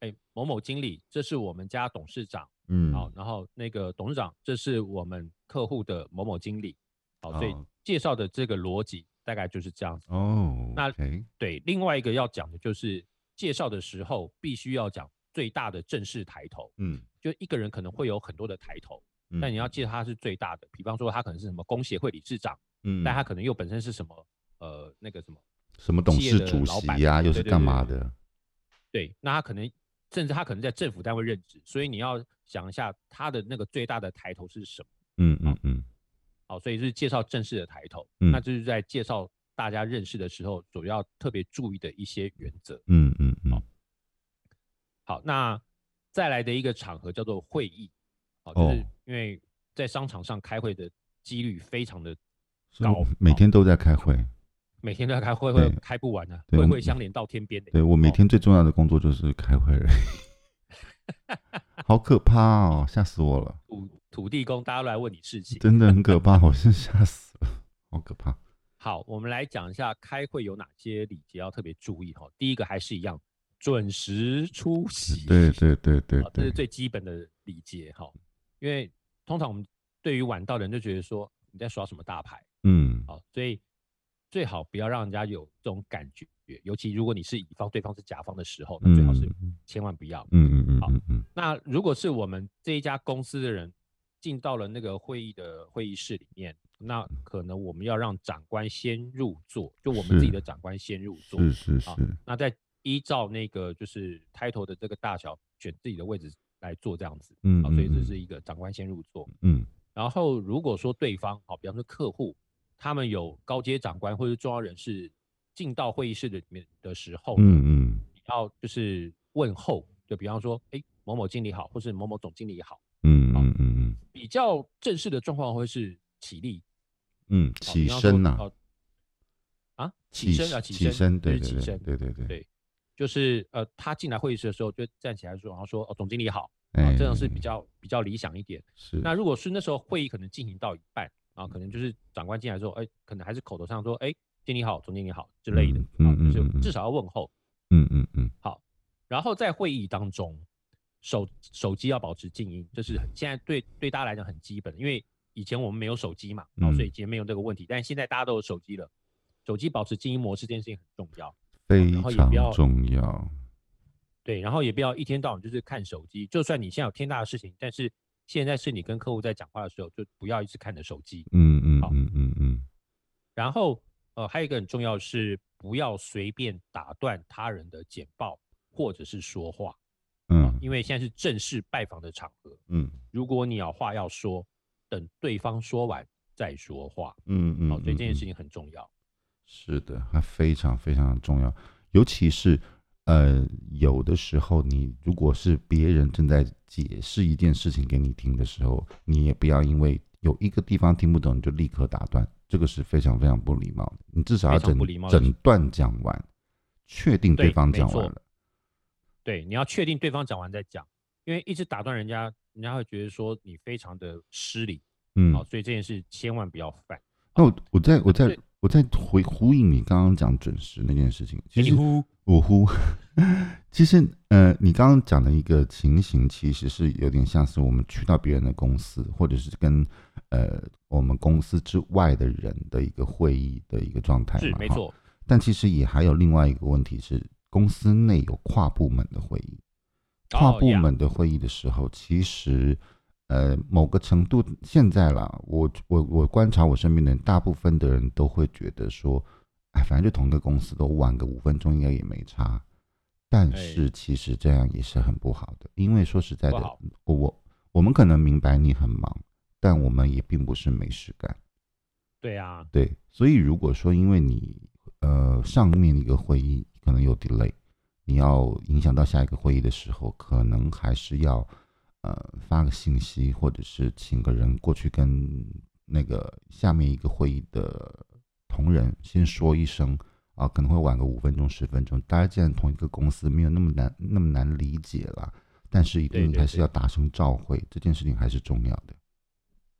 Speaker 1: 哎，某某经理，这是我们家董事长，
Speaker 2: 嗯，
Speaker 1: 好，然后那个董事长，这是我们客户的某某经理，好，所以
Speaker 2: 哦
Speaker 1: 介绍的这个逻辑大概就是这样子。
Speaker 2: 哦，
Speaker 1: 那
Speaker 2: OK，
Speaker 1: 对，另外一个要讲的就是介绍的时候必须要讲最大的正式抬头，
Speaker 2: 嗯，
Speaker 1: 就一个人可能会有很多的抬头。
Speaker 2: 嗯
Speaker 1: 但你要，记得他是最大的，比方说他可能是什么工协会理事长，
Speaker 2: 嗯，
Speaker 1: 但他可能又本身是什么呃那个什么，
Speaker 2: 什么董
Speaker 1: 企业
Speaker 2: 事
Speaker 1: 的
Speaker 2: 主
Speaker 1: 老
Speaker 2: 席啊
Speaker 1: 板
Speaker 2: 呀、又
Speaker 1: 对
Speaker 2: 是
Speaker 1: 对
Speaker 2: 干
Speaker 1: 对
Speaker 2: 嘛
Speaker 1: 对
Speaker 2: 的？
Speaker 1: 对，那他可能甚至他可能在政府单位任职，所以你要想一下他的那个最大的抬头是什么，
Speaker 2: 嗯嗯嗯
Speaker 1: 好，所以是介绍正式的抬头，
Speaker 2: 嗯
Speaker 1: 那就是在介绍大家认识的时候所要特别注意的一些原则。
Speaker 2: 嗯嗯嗯，
Speaker 1: 好，那再来的一个场合叫做会议，好，就是
Speaker 2: 哦
Speaker 1: 因为在商场上开会的几率非常的
Speaker 2: 所以
Speaker 1: 高
Speaker 2: 我，每
Speaker 1: 好
Speaker 2: 天都在开会。
Speaker 1: 每天都要开会，会
Speaker 2: 对
Speaker 1: 开不完啊，
Speaker 2: 对
Speaker 1: 会
Speaker 2: 我
Speaker 1: 会
Speaker 2: 们
Speaker 1: 相连到天边的。
Speaker 2: 对我每
Speaker 1: 哦
Speaker 2: 天最重要的工作就是开会而已 好可怕哦，吓死我了，
Speaker 1: 土土地公，大家都来问你事情。
Speaker 2: 真的很可怕，我是吓死了，好可 怕。
Speaker 1: 好，我们来讲一下开会有哪些礼节要特别注意哈。第一个还是一样，准时出席，
Speaker 2: 嗯对对对对
Speaker 1: 好这
Speaker 2: 对
Speaker 1: 是，最基本的礼节哈。因为通常我们对于晚到的人就觉得说你在耍什么大牌，
Speaker 2: 嗯，
Speaker 1: 好，所以最好不要让人家有这种感觉，尤其如果你是乙方，对方是甲方的时候，那最好是
Speaker 2: 嗯
Speaker 1: 千万不要。
Speaker 2: 嗯嗯嗯
Speaker 1: 好
Speaker 2: 嗯嗯，
Speaker 1: 那如果是我们这一家公司的人进到了那个会议的会议室里面，那可能我们要让长官先入座，就我们自己
Speaker 2: 是
Speaker 1: 的长官先入座。
Speaker 2: 是是是
Speaker 1: 好，那再依照那个就是开头的这个大小选自己的位置来做这样子。
Speaker 2: 嗯
Speaker 1: 好，所以这是一个长官先入座。
Speaker 2: 嗯
Speaker 1: 然后如果说对方，好，比方说客户，他们有高阶长官或者重要人士进到会议室里面的时候，
Speaker 2: 嗯嗯
Speaker 1: 你要就是问候，就比方说，哎，某某经理好，或是某某总经理好，
Speaker 2: 嗯嗯嗯
Speaker 1: 比较正式的状况会是起立，
Speaker 2: 嗯，
Speaker 1: 好
Speaker 2: 起
Speaker 1: 比方
Speaker 2: 身
Speaker 1: 说
Speaker 2: 呐，
Speaker 1: 哦啊，起身啊，
Speaker 2: 起
Speaker 1: 身，
Speaker 2: 身，对
Speaker 1: 就是
Speaker 2: 对
Speaker 1: 起
Speaker 2: 对
Speaker 1: 身，
Speaker 2: 对对对，
Speaker 1: 对，就是呃，他进来会议室的时候就站起来说，然后说，哦，总经理好，啊，
Speaker 2: 哎，
Speaker 1: 这样是比较比较理想一点。
Speaker 2: 是
Speaker 1: 那如果是那时候会议可能进行到一半啊，可能就是长官进来之后，哎，可能还是口头上说，哎，经理好，总经理好之类的，
Speaker 2: 嗯
Speaker 1: 啊
Speaker 2: 嗯
Speaker 1: 就
Speaker 2: 嗯嗯
Speaker 1: 是至少要问候。
Speaker 2: 嗯嗯嗯
Speaker 1: 然后在会议当中，手手机要保持静音，这是很现在对对大家来讲很基本的，因为以前我们没有手机嘛，然后
Speaker 2: 嗯
Speaker 1: 所以以前没有这个问题，但现在大家都有手机了，手机保持静音模式这件事情很重要。
Speaker 2: 非
Speaker 1: 然后也
Speaker 2: 常
Speaker 1: 不要
Speaker 2: 重要。
Speaker 1: 对，然后也不要一天到晚就是看手机。就算你现在有天大的事情，但是现在是你跟客户在讲话的时候，就不要一直看你的手机。
Speaker 2: 嗯嗯
Speaker 1: 好
Speaker 2: 嗯嗯嗯，
Speaker 1: 然后，呃，还有一个很重要的是，不要随便打断他人的简报或者是说话，
Speaker 2: 嗯
Speaker 1: 因为现在是正式拜访的场合。
Speaker 2: 嗯
Speaker 1: 如果你有话要说，等对方说完再说话。
Speaker 2: 嗯嗯，
Speaker 1: 好、所以这件
Speaker 2: 嗯
Speaker 1: 事情很重要。
Speaker 2: 是的，它非常非常重要，尤其是呃，有的时候你如果是别人正在解释一件事情给你听的时候，你也不要因为有一个地方听不懂你就立刻打断，这个是非常非常不礼貌的。你至少要
Speaker 1: 非常
Speaker 2: 整
Speaker 1: 不礼貌的
Speaker 2: 整段讲完，确定
Speaker 1: 对
Speaker 2: 方
Speaker 1: 没
Speaker 2: 讲
Speaker 1: 错
Speaker 2: 完了。
Speaker 1: 对，你要确定对方讲完再讲，因为一直打断人家，人家会觉得说你非常的失礼。
Speaker 2: 嗯
Speaker 1: 好、，所以这件事千万不要犯。
Speaker 2: 那我我再我再
Speaker 1: 对
Speaker 2: 我再回呼应你刚刚讲准时那件事情，其 实
Speaker 1: 乎
Speaker 2: 我呼， 其实呃，你刚刚讲的一个情形，其实是有点像是我们去到别人的公司，或者是跟呃我们公司之外的人的一个会议的一个状态嘛，
Speaker 1: 是没
Speaker 2: 哈。
Speaker 1: 错，
Speaker 2: 但其实也还有另外一个问题是，公司内有跨部门的会议，跨
Speaker 1: 哦
Speaker 2: 部
Speaker 1: 呀
Speaker 2: 门的会议的时候，其实呃某个程度现在啦，我我我观察我身边的人，大部分的人都会觉得说，哎，反正就同一个公司都晚个五分钟应该也没差。但
Speaker 1: 哎
Speaker 2: 是其实这样也是很不好的，因为说实在
Speaker 1: 不
Speaker 2: 的嗯
Speaker 1: 好，
Speaker 2: 我我我们可能明白你很忙，但我们也并不是没事干。
Speaker 1: 对啊，
Speaker 2: 对，所以如果说因为你呃上面一个会议可能有 delay，你要影响到下一个会议的时候，可能还是要呃发个信息，或者是请个人过去跟那个下面一个会议的同仁先说一声啊，可能会晚个五分钟十分钟。大家既然同一个公司，没有那么难那么难理解啦，但是一
Speaker 1: 对
Speaker 2: 定
Speaker 1: 对
Speaker 2: 还是
Speaker 1: 对
Speaker 2: 要打声召会，这件事情还是重要的。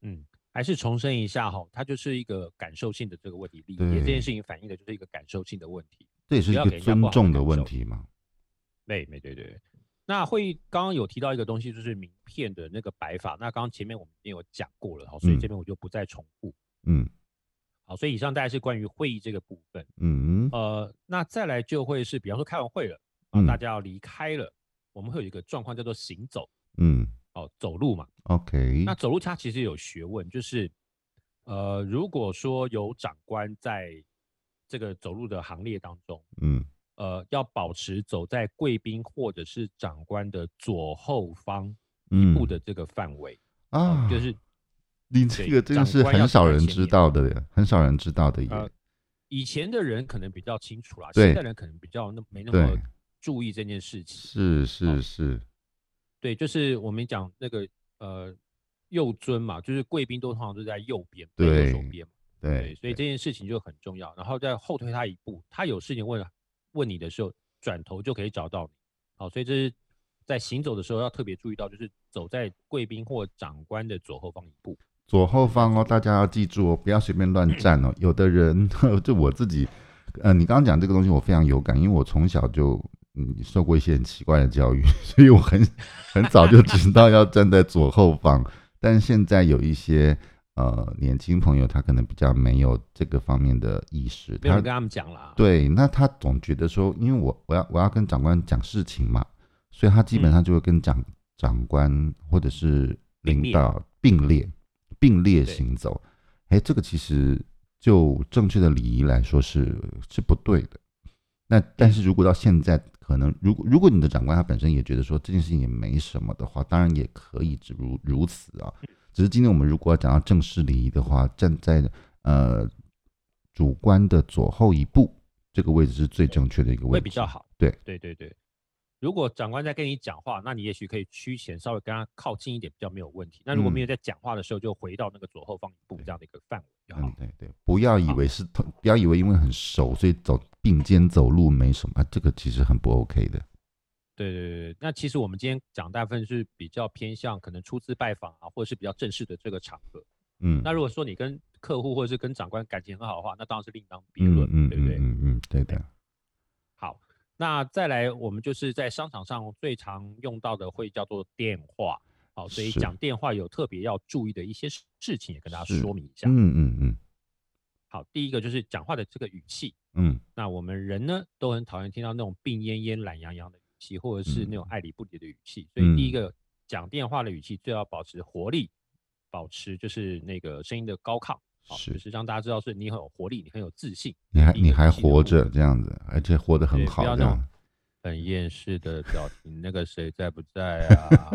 Speaker 1: 嗯，还是重申一下哈，它就是一个感受性的这个问题，理解这
Speaker 2: 对
Speaker 1: 件事情反映的就是一个感受性的问题。
Speaker 2: 这也是
Speaker 1: 不
Speaker 2: 一
Speaker 1: 要
Speaker 2: 个
Speaker 1: 给人家不
Speaker 2: 尊
Speaker 1: 好的
Speaker 2: 重的
Speaker 1: 感
Speaker 2: 问
Speaker 1: 受
Speaker 2: 题嘛。
Speaker 1: 对，没对对对。那会议刚刚有提到一个东西，就是名片的那个摆法。那刚刚前面我们也有讲过了，好，所以
Speaker 2: 嗯
Speaker 1: 这边我就不再重复。
Speaker 2: 嗯
Speaker 1: 好，所以以上大概是关于会议这个部分。
Speaker 2: 嗯。
Speaker 1: 呃，那再来就会是，比方说开完会了，啊，
Speaker 2: 嗯
Speaker 1: 大家要离开了，我们会有一个状况叫做行走，
Speaker 2: 嗯
Speaker 1: 哦，走路嘛。
Speaker 2: ，OK，
Speaker 1: 那走路它其实有学问，就是呃，如果说有长官在这个走路的行列当中，
Speaker 2: 嗯
Speaker 1: 呃，要保持走在贵宾或者是长官的左后方一
Speaker 2: 嗯
Speaker 1: 步的这个范围、哦
Speaker 2: 啊，
Speaker 1: 就是
Speaker 2: 你这
Speaker 1: 对
Speaker 2: 个真的
Speaker 1: 长
Speaker 2: 是
Speaker 1: 官要
Speaker 2: 很
Speaker 1: 走
Speaker 2: 少
Speaker 1: 在
Speaker 2: 人
Speaker 1: 前
Speaker 2: 知
Speaker 1: 面
Speaker 2: 道的耶，很少人知道的耶，
Speaker 1: 呃以前的人可能比较清楚啦，
Speaker 2: 对
Speaker 1: 现在人可能比较那没那么
Speaker 2: 对
Speaker 1: 注意这件事情。
Speaker 2: 是是
Speaker 1: 好
Speaker 2: 是，
Speaker 1: 对，就是我们讲那个呃右尊嘛，就是贵宾都通常都在右边，在右手
Speaker 2: 对
Speaker 1: 边嘛。对，
Speaker 2: 对，
Speaker 1: 所以这件事情就很重要。然后再后退他一步，他有事情问问你的时候，转头就可以找到你。好，所以这是在行走的时候要特别注意到，就是走在贵宾或长官的左后方一步。
Speaker 2: 左后方哦，大家要记住哦，不要随 便乱站哦。有的人， 就我自己，呃，你刚刚讲这个东西，我非常有感，因为我从小就嗯受过一些很奇怪的教育， 所以我很很早就知道要站在左后方。但现在有一些呃年轻朋友，他可能比较没有这个方面的意识，
Speaker 1: 没有
Speaker 2: 他
Speaker 1: 人跟他们讲啦。，
Speaker 2: 对，那他总觉得说，因为我我要我要跟长官讲事情嘛，所以他基本上就会跟长、长官或者是
Speaker 1: 并
Speaker 2: 领
Speaker 1: 列
Speaker 2: 导并列并列
Speaker 1: 对
Speaker 2: 行走。哎，这个其实就正确的礼仪来说是是不对的。那但是如果到现在，可能如果如果你的长官他本身也觉得说这件事情也没什么的话，当然也可以只如如此啊。
Speaker 1: 嗯
Speaker 2: 只是今天我们如果要讲到正式礼仪的话，站在呃主观的左后一步这个位置是最正确的一个位
Speaker 1: 会
Speaker 2: 置，
Speaker 1: 比较。好。
Speaker 2: 对，
Speaker 1: 对对对。如果长官在跟你讲话，那你也许可以趋前稍微跟他靠近一点，比较没有问题。那如
Speaker 2: 嗯
Speaker 1: 果没有在讲话的时候，就回到那个左后方一步这样的一个范围就好
Speaker 2: 嗯
Speaker 1: 了，。
Speaker 2: 对对，不要以为是同，不要以为因为很熟，所以走并肩走路没什么，啊这个其实很不 OK 的。
Speaker 1: 对对对对，那其实我们今天讲大部分是比较偏向可能初次拜访啊，或者是比较正式的这个场合。
Speaker 2: 嗯，
Speaker 1: 那如果说你跟客户或者是跟长官感情很好的话，那当然是另当别
Speaker 2: 嗯
Speaker 1: 论，
Speaker 2: 嗯
Speaker 1: 对不
Speaker 2: 嗯
Speaker 1: 对？
Speaker 2: 嗯嗯，对的，
Speaker 1: 好，那再来，我们就是在商场上最常用到的会叫做电话，好，所以
Speaker 2: 是
Speaker 1: 讲电话有特别要注意的一些事事情，也跟大家
Speaker 2: 是
Speaker 1: 说明一下。
Speaker 2: 嗯嗯嗯
Speaker 1: 好，第一个就是讲话的这个语气。
Speaker 2: 嗯，
Speaker 1: 那我们人呢，都很讨厌听到那种病恹恹、懒洋洋的语气，或者是那种
Speaker 2: 嗯
Speaker 1: 爱理不理的语气。所以第一
Speaker 2: 嗯
Speaker 1: 个讲电话的语气，最要保持活力，保持就是那个声音的高亢，好，就是是让大家知道是你很有活力，你很有自信，
Speaker 2: 你还
Speaker 1: 第一
Speaker 2: 你
Speaker 1: 个
Speaker 2: 还
Speaker 1: 语气的
Speaker 2: 活
Speaker 1: 部分
Speaker 2: 着这样子，而且活得很
Speaker 1: 对不
Speaker 2: 好
Speaker 1: 要
Speaker 2: 这
Speaker 1: 那种
Speaker 2: 样。
Speaker 1: 很厌世的表情。那个谁在不在 啊？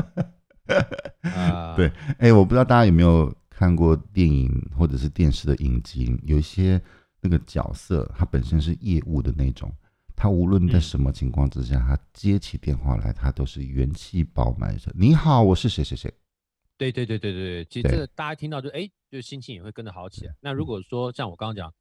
Speaker 1: 啊，
Speaker 2: 对，哎，我不知道大家有没有看过电影或者是电视的影集，有一些那个角色他本身是业务的那种，他无论在
Speaker 1: 嗯
Speaker 2: 什么情况之下，他接起电话来，他都是元气饱满的。你好，我是谁谁谁。
Speaker 1: 对对对对对，其实这
Speaker 2: 对嗯
Speaker 1: 个大家听到就哎，就心情也会跟着好起来。那如果说像我刚刚讲，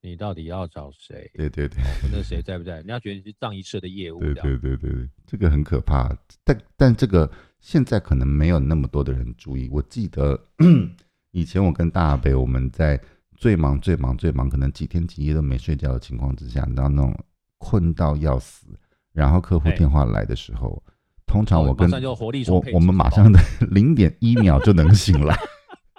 Speaker 1: 你到底要找谁？
Speaker 2: 对对对。
Speaker 1: 那个谁在不在？人家觉得你是葬仪社的业务，
Speaker 2: 对
Speaker 1: 这样
Speaker 2: 对对对对，这个很可怕。但但这个现在可能没有那么多的人注意。我记得 以前我跟大北我们在最忙最忙最忙，可能几天几夜都没睡觉的情况之下，你知道那种困到要死，然后客户
Speaker 1: 哎
Speaker 2: 电话来的时候，通常
Speaker 1: 哦
Speaker 2: 我
Speaker 1: 马
Speaker 2: 跟
Speaker 1: 上就活力充
Speaker 2: 我
Speaker 1: 沛
Speaker 2: 我们
Speaker 1: 起
Speaker 2: 马
Speaker 1: 爆
Speaker 2: 上的 零点一秒就能醒来，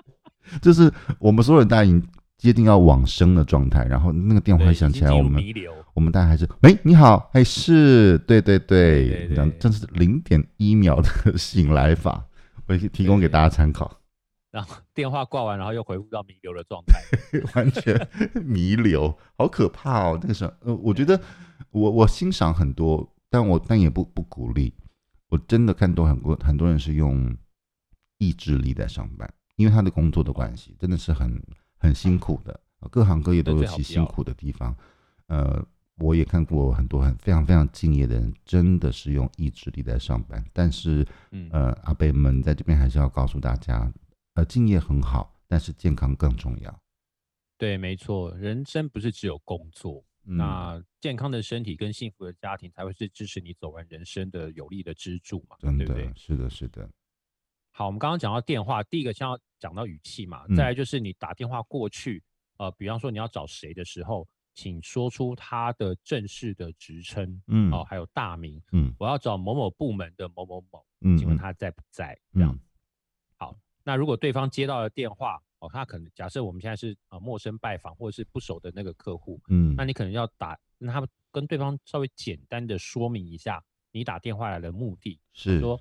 Speaker 2: 就是我们所有人大家已经接近要往生的状态，然后那个电话
Speaker 1: 对
Speaker 2: 一响
Speaker 1: 已经
Speaker 2: 起来，
Speaker 1: 进
Speaker 2: 我
Speaker 1: 入
Speaker 2: 们
Speaker 1: 弥留，
Speaker 2: 我们大家还是喂，你好，哎，是对对
Speaker 1: 对对
Speaker 2: 对，
Speaker 1: 对
Speaker 2: 这样真是零点一秒的醒来法，我也提供给大家参考，
Speaker 1: 然后电话挂完，然后又恢复到弥留的状态。
Speaker 2: 完全弥留， 好可怕哦！那个时候，呃，我觉得我我欣赏很多，但我但也不不鼓励，我真的看多很多很多人是用意志力在上班，因为他的工作的关系，真的是很很辛苦的，各行各业都
Speaker 1: 那
Speaker 2: 有
Speaker 1: 最嗯好
Speaker 2: 其
Speaker 1: 不要
Speaker 2: 辛苦的地方。呃，我也看过很多很非常非常敬业的人，真的是用意志力在上班。但是，
Speaker 1: 嗯，
Speaker 2: 呃，阿贝们在这边还是要告诉大家，呃，敬业很好，但是健康更重要。
Speaker 1: 对，没错，人生不是只有工作，
Speaker 2: 嗯
Speaker 1: 那健康的身体跟幸福的家庭才会是支持你走完人生的有力的支柱嘛，
Speaker 2: 真
Speaker 1: 对不
Speaker 2: 的
Speaker 1: 对？
Speaker 2: 是的，是的，
Speaker 1: 好，我们刚刚讲到电话，第一个先要讲到语气嘛，
Speaker 2: 嗯
Speaker 1: 再来就是你打电话过去，呃，比方说你要找谁的时候，请说出他的正式的职称，
Speaker 2: 嗯
Speaker 1: 哦，还有大名，
Speaker 2: 嗯
Speaker 1: 我要找某某部门的某某某，
Speaker 2: 嗯，
Speaker 1: 请问
Speaker 2: 嗯
Speaker 1: 他在不在？这样
Speaker 2: 嗯，
Speaker 1: 那如果对方接到了电话，哦，他可能假设我们现在是呃陌生拜访或者是不熟的那个客户，
Speaker 2: 嗯，
Speaker 1: 那你可能要打跟他们跟对方稍微简单的说明一下你打电话来的目的，
Speaker 2: 是
Speaker 1: 说，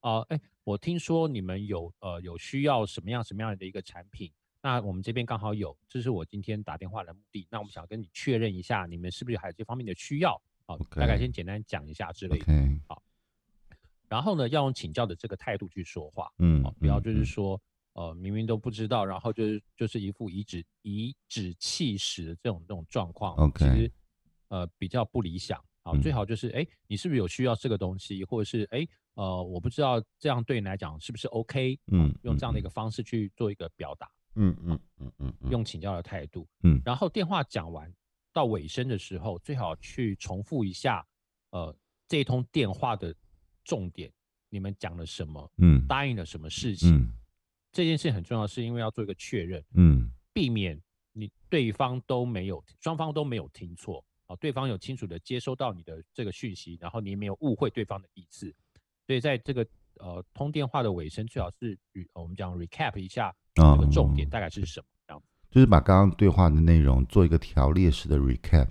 Speaker 1: 啊，哎，我听说你们有呃有需要什么样什么样的一个产品，那我们这边刚好有，这是我今天打电话来的目的，那我们想跟你确认一下，你们是不是还有这方面的需要？好、大概
Speaker 2: OK
Speaker 1: 先简单讲一下之类的
Speaker 2: OK，
Speaker 1: 然后呢，要用请教的这个态度去说话。
Speaker 2: 嗯
Speaker 1: 哦，，不要就
Speaker 2: 嗯
Speaker 1: 是说，呃，明明都不知道，然后就是就是一副颐指颐指气使的这种这种状况啊
Speaker 2: OK
Speaker 1: 其实呃比较不理想啊。最
Speaker 2: 嗯
Speaker 1: 好就是，哎，你是不是有需要这个东西，或者是哎，呃，我不知道这样对你来讲是不是 OK？啊
Speaker 2: 嗯
Speaker 1: 用这样的
Speaker 2: 嗯
Speaker 1: 一个方式去做一个表达，
Speaker 2: 嗯嗯嗯嗯嗯，
Speaker 1: 用请教的态度。
Speaker 2: 嗯
Speaker 1: 然后电话讲完到尾声的时候，最好去重复一下，呃，这一通电话的重点，你们讲了什么，
Speaker 2: 嗯
Speaker 1: 答应了什么事情。
Speaker 2: 嗯
Speaker 1: 这件事很重要，是因为要做一个确认，
Speaker 2: 嗯
Speaker 1: 避免你对方都没有，双方都没有听错啊，对方有清楚的接收到你的这个讯息，然后你也没有误会对方的意思。所以在这个呃通电话的尾声，最好是与、呃我们讲 recap 一下
Speaker 2: 啊，
Speaker 1: 这个重点
Speaker 2: 哦
Speaker 1: 大概是什么。这样子
Speaker 2: 就是把刚刚对话的内容做一个条列式的 recap。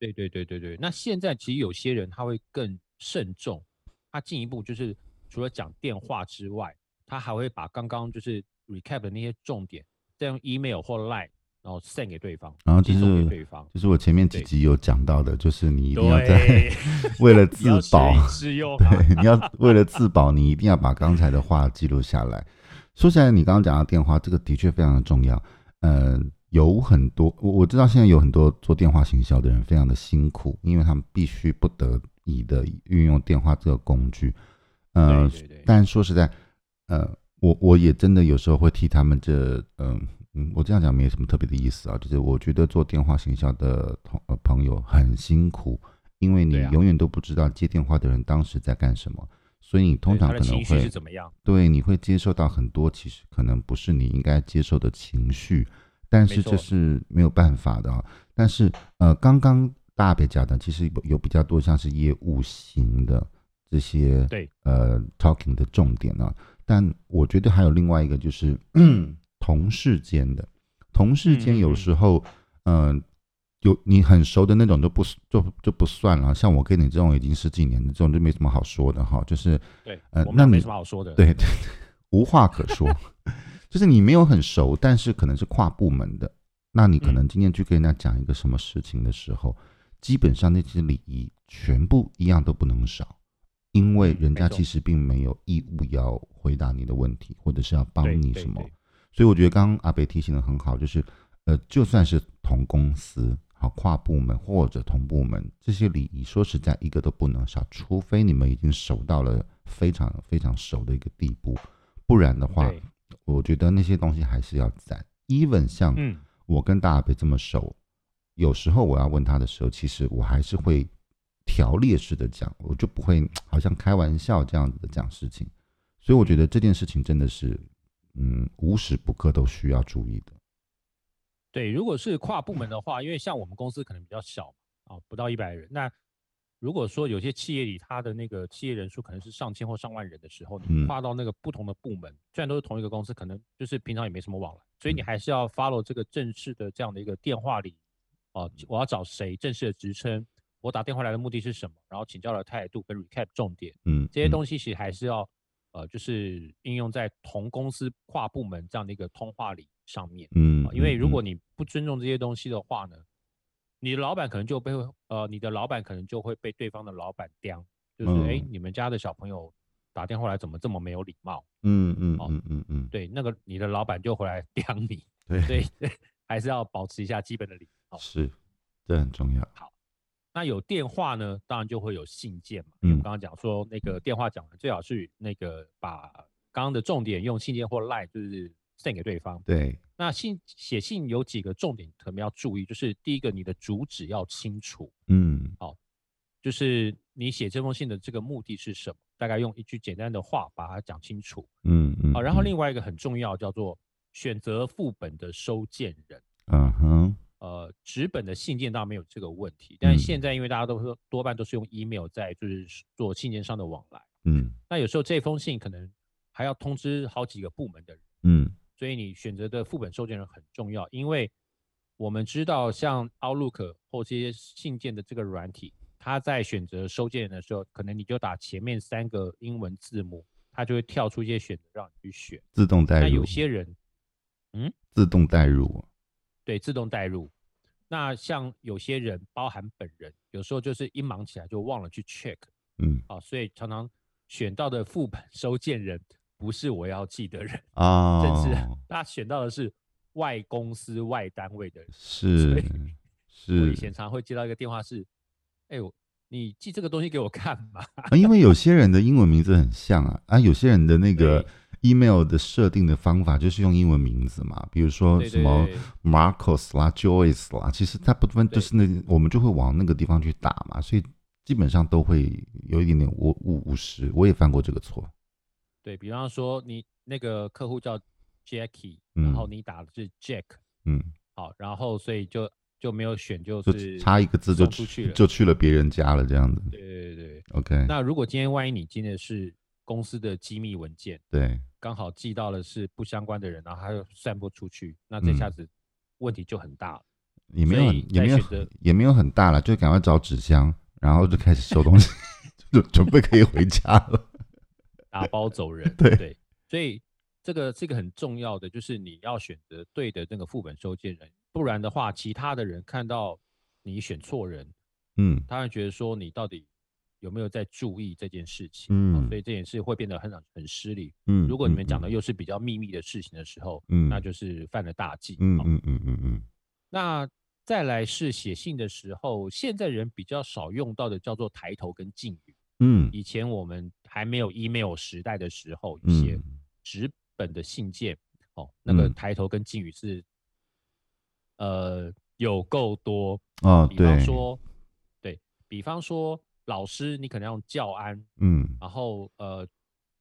Speaker 1: 对对对对对。那现在其实有些人他会更慎重，他进一步就是除了讲电话之外，他还会把刚刚就是 recap 的那些重点，再用 email 或 line 然后 send 给对方，
Speaker 2: 然后就
Speaker 1: 寄送给
Speaker 2: 是
Speaker 1: 对方。
Speaker 2: 就是我前面几
Speaker 1: 对
Speaker 2: 集有讲到的，就是你一定要在 为了
Speaker 1: 你要
Speaker 2: 自
Speaker 1: 学
Speaker 2: 保，
Speaker 1: 以致用啊。
Speaker 2: 对， 你要为了自保，你一定要把刚才的话记录下来。说起来，你刚刚讲到电话，这个的确非常的重要。呃，有很多我我知道现在有很多做电话行销的人非常的辛苦，因为他们必须不得已的运用电话这个工具。呃，
Speaker 1: 对对对
Speaker 2: 但说实在，呃，我我也真的有时候会替他们这，嗯、嗯，我这样讲没什么特别的意思啊，就是我觉得做电话行销的同呃朋友很辛苦，因为你
Speaker 1: 对啊
Speaker 2: 永远都不知道接电话的人当时在干什么，所以你通
Speaker 1: 对
Speaker 2: 常
Speaker 1: 他的
Speaker 2: 可能
Speaker 1: 情绪
Speaker 2: 会
Speaker 1: 是怎么样？
Speaker 2: 对你会接受到很多其实可能不是你应该接受的情绪，但
Speaker 1: 没
Speaker 2: 是
Speaker 1: 错
Speaker 2: 这是没有办法的啊、但是呃，刚刚大北角的，其实有比较多像是业务型的这些
Speaker 1: 对
Speaker 2: 呃 talking 的重点啊。但我觉得还有另外一个就是同事间的，同事间
Speaker 1: 嗯
Speaker 2: 有时候，嗯、有你很熟的那种就不就就不算了。啊像我跟你这种已经十几年的这种就没什么好说的哈，就是
Speaker 1: 对，
Speaker 2: 呃
Speaker 1: 我
Speaker 2: 那
Speaker 1: 们没
Speaker 2: 你
Speaker 1: 什么好说的。
Speaker 2: 对对， 无话可说， 就是你没有很熟，但是可能是跨部门的，那你
Speaker 1: 嗯
Speaker 2: 可能今天去跟人家讲一个什么事情的时候，基本上那些礼仪全部一样都不能少，因为
Speaker 1: 嗯
Speaker 2: 人
Speaker 1: 没
Speaker 2: 家
Speaker 1: 错
Speaker 2: 其实并没有义务要回答你的问题，或者是要帮
Speaker 1: 对
Speaker 2: 你
Speaker 1: 对
Speaker 2: 什么
Speaker 1: 对。
Speaker 2: 所以我觉得刚刚阿北提醒的很好，就是呃，就算是同公司。好，跨部门或者同部门这些礼仪，说实在一个都不能少，除非你们已经熟到了非常非常熟的一个地步，不然的话，
Speaker 1: 对，
Speaker 2: 我觉得那些东西还是要在。even 像
Speaker 1: 嗯，
Speaker 2: 我跟大阿北这么熟，有时候我要问他的时候，其实我还是会条列式的讲，我就不会好像开玩笑这样子的讲事情。所以我觉得这件事情真的是，嗯，无时不刻都需要注意的。
Speaker 1: 对，如果是跨部门的话，因为像我们公司可能比较小嘛，啊，不到一百人。那如果说有些企业里它的那个企业人数可能是上千或上万人的时候，
Speaker 2: 嗯
Speaker 1: 你跨到那个不同的部门，虽然都是同一个公司，可能就是平常也没什么往来，所以
Speaker 2: 嗯
Speaker 1: 你还是要 follow 这个正式的这样的一个电话礼仪啊，
Speaker 2: 嗯
Speaker 1: 我要找谁，正式的职称，我打电话来的目的是什么，然后请教的态度跟 recap 重点。
Speaker 2: 嗯，
Speaker 1: 这些
Speaker 2: 嗯
Speaker 1: 东西其实还是要呃，就是应用在同公司跨部门这样的一个通话里上面。
Speaker 2: 嗯
Speaker 1: 啊，因为
Speaker 2: 嗯
Speaker 1: 如
Speaker 2: 嗯
Speaker 1: 果你不尊重这些东西的话呢，你的老板可能就被呃，你的老板可能就会被对方的老板刁，就是哎、诶
Speaker 2: 嗯
Speaker 1: 你们家的小朋友打电话来怎么这么没有礼貌？
Speaker 2: 嗯嗯
Speaker 1: 哦
Speaker 2: 嗯嗯嗯，
Speaker 1: 对，那个你的老板就回来刁 你，
Speaker 2: 对
Speaker 1: 所以 还是要保持一下基本的礼貌。
Speaker 2: 是，这很重要。
Speaker 1: 那有电话呢，当然就会有信件嘛。因为我
Speaker 2: 嗯
Speaker 1: 们刚刚讲说，那个电话讲完，最好是那个把刚刚的重点用信件或 line 就是 send 给对方。
Speaker 2: 对，
Speaker 1: 那信写信有几个重点可能要注意，就是第一个，你的主旨要清楚，
Speaker 2: 嗯
Speaker 1: 就是你写这封信的这个目的是什么，大概用一句简单的话把它讲清楚。
Speaker 2: 嗯嗯。
Speaker 1: 好，然后
Speaker 2: 嗯
Speaker 1: 另外一个很重要叫做选择副本的收件人。
Speaker 2: 嗯哼，
Speaker 1: 呃，纸本的信件当然没有这个问题，但是
Speaker 2: 嗯
Speaker 1: 现在因为大家都说多半都是用 email 在就是做信件上的往来，
Speaker 2: 嗯
Speaker 1: 那有时候这封信可能还要通知好几个部门的人，
Speaker 2: 嗯
Speaker 1: 所以你选择的副本收件人很重要，因为我们知道像 Outlook 或这些信件的这个软体，它在选择收件人的时候，可能你就打前面三个英文字母，它就会跳出一些选择让你去选。
Speaker 2: 自动代
Speaker 1: 那
Speaker 2: 入
Speaker 1: 有，些人
Speaker 2: 自动代入，
Speaker 1: 对，自动代入。那像有些人，包含本人，有时候就是一忙起来就忘了去 check
Speaker 2: 嗯
Speaker 1: 啊，所以常常选到的副本收件人不是我要记的人，
Speaker 2: 啊，
Speaker 1: 甚至他选到的是外公司、外单位的人。所
Speaker 2: 是
Speaker 1: 以我以前
Speaker 2: 是，
Speaker 1: 常会接到一个电话是，哎、我你寄这个东西给我看嘛？
Speaker 2: 啊因为有些人的英文名字很像啊，啊，有些人的那个
Speaker 1: 对
Speaker 2: email 的设定的方法就是用英文名字嘛，比如说
Speaker 1: 对
Speaker 2: 哦什
Speaker 1: 对
Speaker 2: 么
Speaker 1: 对
Speaker 2: Marcos 啦、Joyce 啦，其实大部分都
Speaker 1: 对
Speaker 2: 是那，我们就会往那个地方去打嘛，所以基本上都会有一点点误误误失，我也犯过这个错，
Speaker 1: 对，比方说你那个客户叫 Jackie，然后
Speaker 2: 嗯
Speaker 1: 你打的是 Jack，
Speaker 2: 嗯，
Speaker 1: 好，然后所以就就没有选，就
Speaker 2: 就是差一个字就
Speaker 1: 送出去了
Speaker 2: 就去了别人家了这样子
Speaker 1: 对对对。
Speaker 2: ，OK，
Speaker 1: 那如果今天万一你进的是公司的机密文件，
Speaker 2: 对，
Speaker 1: 刚好寄到了是不相关的人，然后他又散播出去，那这下
Speaker 2: 嗯
Speaker 1: 子问题就很大了。
Speaker 2: 也没有
Speaker 1: 所以
Speaker 2: 很也
Speaker 1: 在
Speaker 2: 没有
Speaker 1: 选择
Speaker 2: 很也没有很大了，就赶快找纸箱，然后就开始收东西， 就准备可以回家了。
Speaker 1: 打包走人，
Speaker 2: 对
Speaker 1: 对，所以这个这个很重要的就是你要选择对的那个副本收件人，不然的话，其他的人看到你选错人，
Speaker 2: 嗯
Speaker 1: 他会觉得说你到底有没有在注意这件事情，啊
Speaker 2: 嗯
Speaker 1: 所以这件事会变得很很失礼。
Speaker 2: 嗯，
Speaker 1: 如果你们讲
Speaker 2: 的，
Speaker 1: 的又是比较秘密的事情的时候，
Speaker 2: 嗯，
Speaker 1: 那就是犯了大忌。
Speaker 2: 嗯
Speaker 1: 啊
Speaker 2: 嗯嗯嗯嗯，
Speaker 1: 那再来是写信的时候，现在人比较少用到的叫做抬头跟敬语。
Speaker 2: 嗯
Speaker 1: 以前我们还没有 email 时代的时候，有
Speaker 2: 嗯
Speaker 1: 些纸本的信件，哦，那个
Speaker 2: 嗯
Speaker 1: 抬头跟敬语是，呃，有够多。
Speaker 2: 哦
Speaker 1: 比方
Speaker 2: 对，
Speaker 1: 说，对比方说，老师你可能要用教安，
Speaker 2: 嗯
Speaker 1: 然后呃，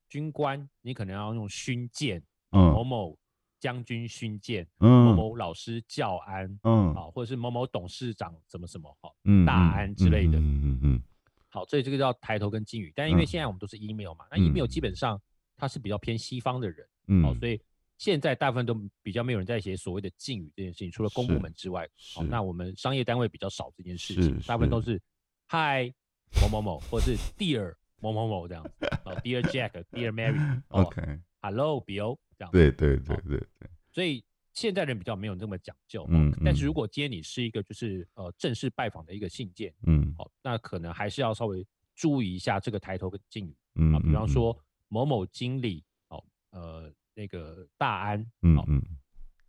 Speaker 1: 军官你可能要用勋舰，
Speaker 2: 嗯
Speaker 1: 某某将军训谏，某
Speaker 2: 嗯
Speaker 1: 某老师教安
Speaker 2: 嗯
Speaker 1: 啊，或者是某某董事长怎么什么好，
Speaker 2: 嗯
Speaker 1: 大安之类的
Speaker 2: 嗯嗯嗯
Speaker 1: 好，所以这个叫抬头跟敬语。但因为
Speaker 2: 嗯
Speaker 1: 现在我们都是 email 嘛，那
Speaker 2: 嗯
Speaker 1: email 基本上它是比较偏西方的人，
Speaker 2: 嗯，
Speaker 1: 好，
Speaker 2: 嗯
Speaker 1: 哦所以现在大部分都比较没有人在写所谓的敬语这件事情，除了公部
Speaker 2: 是
Speaker 1: 门之外，好，
Speaker 2: 是
Speaker 1: 那我们商业单位比较少这件事
Speaker 2: 是
Speaker 1: 情，大部分
Speaker 2: 是
Speaker 1: 都是嗨某某某，或是 Dear 某某某这样子，哦，Dear Jack，Dear Mary，哦
Speaker 2: OK，
Speaker 1: ，Hello Bill 这样，
Speaker 2: 对对对对对，
Speaker 1: 所以现在人比较没有那么讲究，哦
Speaker 2: 嗯
Speaker 1: 但是
Speaker 2: 嗯
Speaker 1: 如果今天你是一个就是呃正式拜访的一个信件，
Speaker 2: 嗯
Speaker 1: 好，那可能还是要稍微注意一下这个抬头跟敬语
Speaker 2: 嗯，
Speaker 1: 啊，比
Speaker 2: 嗯
Speaker 1: 方，说某某经理，哦，呃，那个大安，
Speaker 2: 嗯
Speaker 1: 好
Speaker 2: 嗯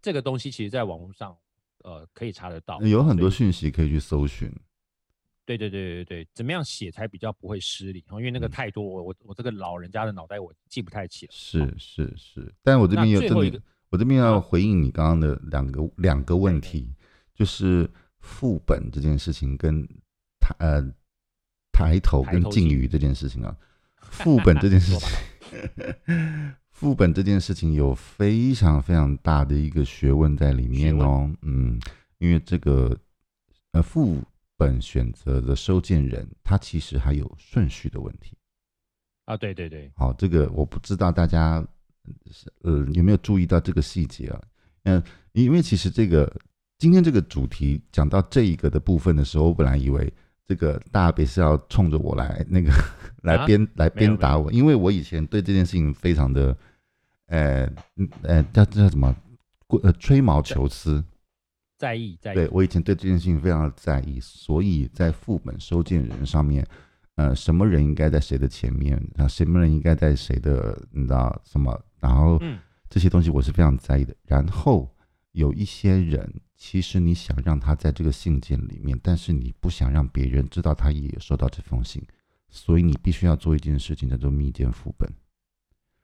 Speaker 1: 这个东西其实在网络上呃可以查得到，
Speaker 2: 嗯，有很
Speaker 1: 所以
Speaker 2: 多讯息可以去搜寻，
Speaker 1: 对对对对对，怎么样写才比较不会失礼？哦因为那个
Speaker 2: 嗯
Speaker 1: 太多，我我我这个老人家的脑袋我记不太起来。
Speaker 2: 是是是，但我这
Speaker 1: 那
Speaker 2: 边有
Speaker 1: 最
Speaker 2: 真
Speaker 1: 后
Speaker 2: 的
Speaker 1: 一
Speaker 2: 有
Speaker 1: 个嗯
Speaker 2: 我这边要回应你刚刚的两个两个问题，就是副本这件事情跟抬呃抬头
Speaker 1: 抬
Speaker 2: 跟
Speaker 1: 头
Speaker 2: 敬
Speaker 1: 敬
Speaker 2: 语这件事情 啊，副本这件事
Speaker 1: 说吧
Speaker 2: 情， 副本这件事情有非常非常大的一个学问在里面哦，嗯，因为这个呃副本选择的收件人，他其实还有顺序的问题。
Speaker 1: 啊，对对对，
Speaker 2: 好，这个我不知道大家是呃有没有注意到这个细节啊？嗯，因为其实这个今天这个主题讲到这一个的部分的时候，我本来以为这个大别是要冲着我来 那个来
Speaker 1: 啊
Speaker 2: 鞭、来
Speaker 1: 没有
Speaker 2: 鞭打我，因为我以前对这件事情非常的呃嗯呃叫叫什么过呃吹毛求疵。
Speaker 1: 在意在
Speaker 2: 对
Speaker 1: 意，
Speaker 2: 我以前对这件事情非常的在意，所以在副本收件人上面，呃，什么人应该在谁的前面，然后什么人应该在谁的，你知道什么？然后
Speaker 1: 嗯，
Speaker 2: 这些东西我是非常在意的。然后有一些人，其实你想让他在这个信件里面，但是你不想让别人知道他也收到这封信，所以你必须要做一件事情，叫做密件副本。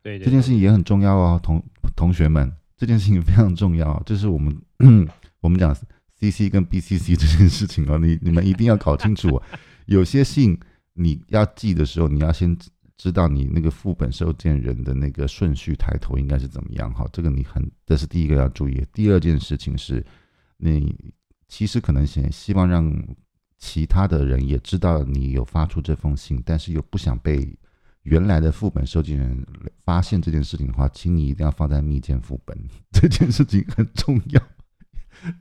Speaker 1: 对对
Speaker 2: 这件
Speaker 1: 对
Speaker 2: 事情也很重要哦，同同学们，这件事情非常重要，哦这是我们 我们讲 CC 跟 BCC 这件事情哦，你你们一定要搞清楚、哦，有些信你要寄的时候，你要先知知道你那个副本收件人的那个顺序抬头应该是怎么样哈，这个你很这是第一个要注意的。第二件事情是，你其实可能想希望让其他的人也知道你有发出这封信，但是又不想被原来的副本收集人发现这件事情的话，请你一定要放在密件副本， 这件事情很重要。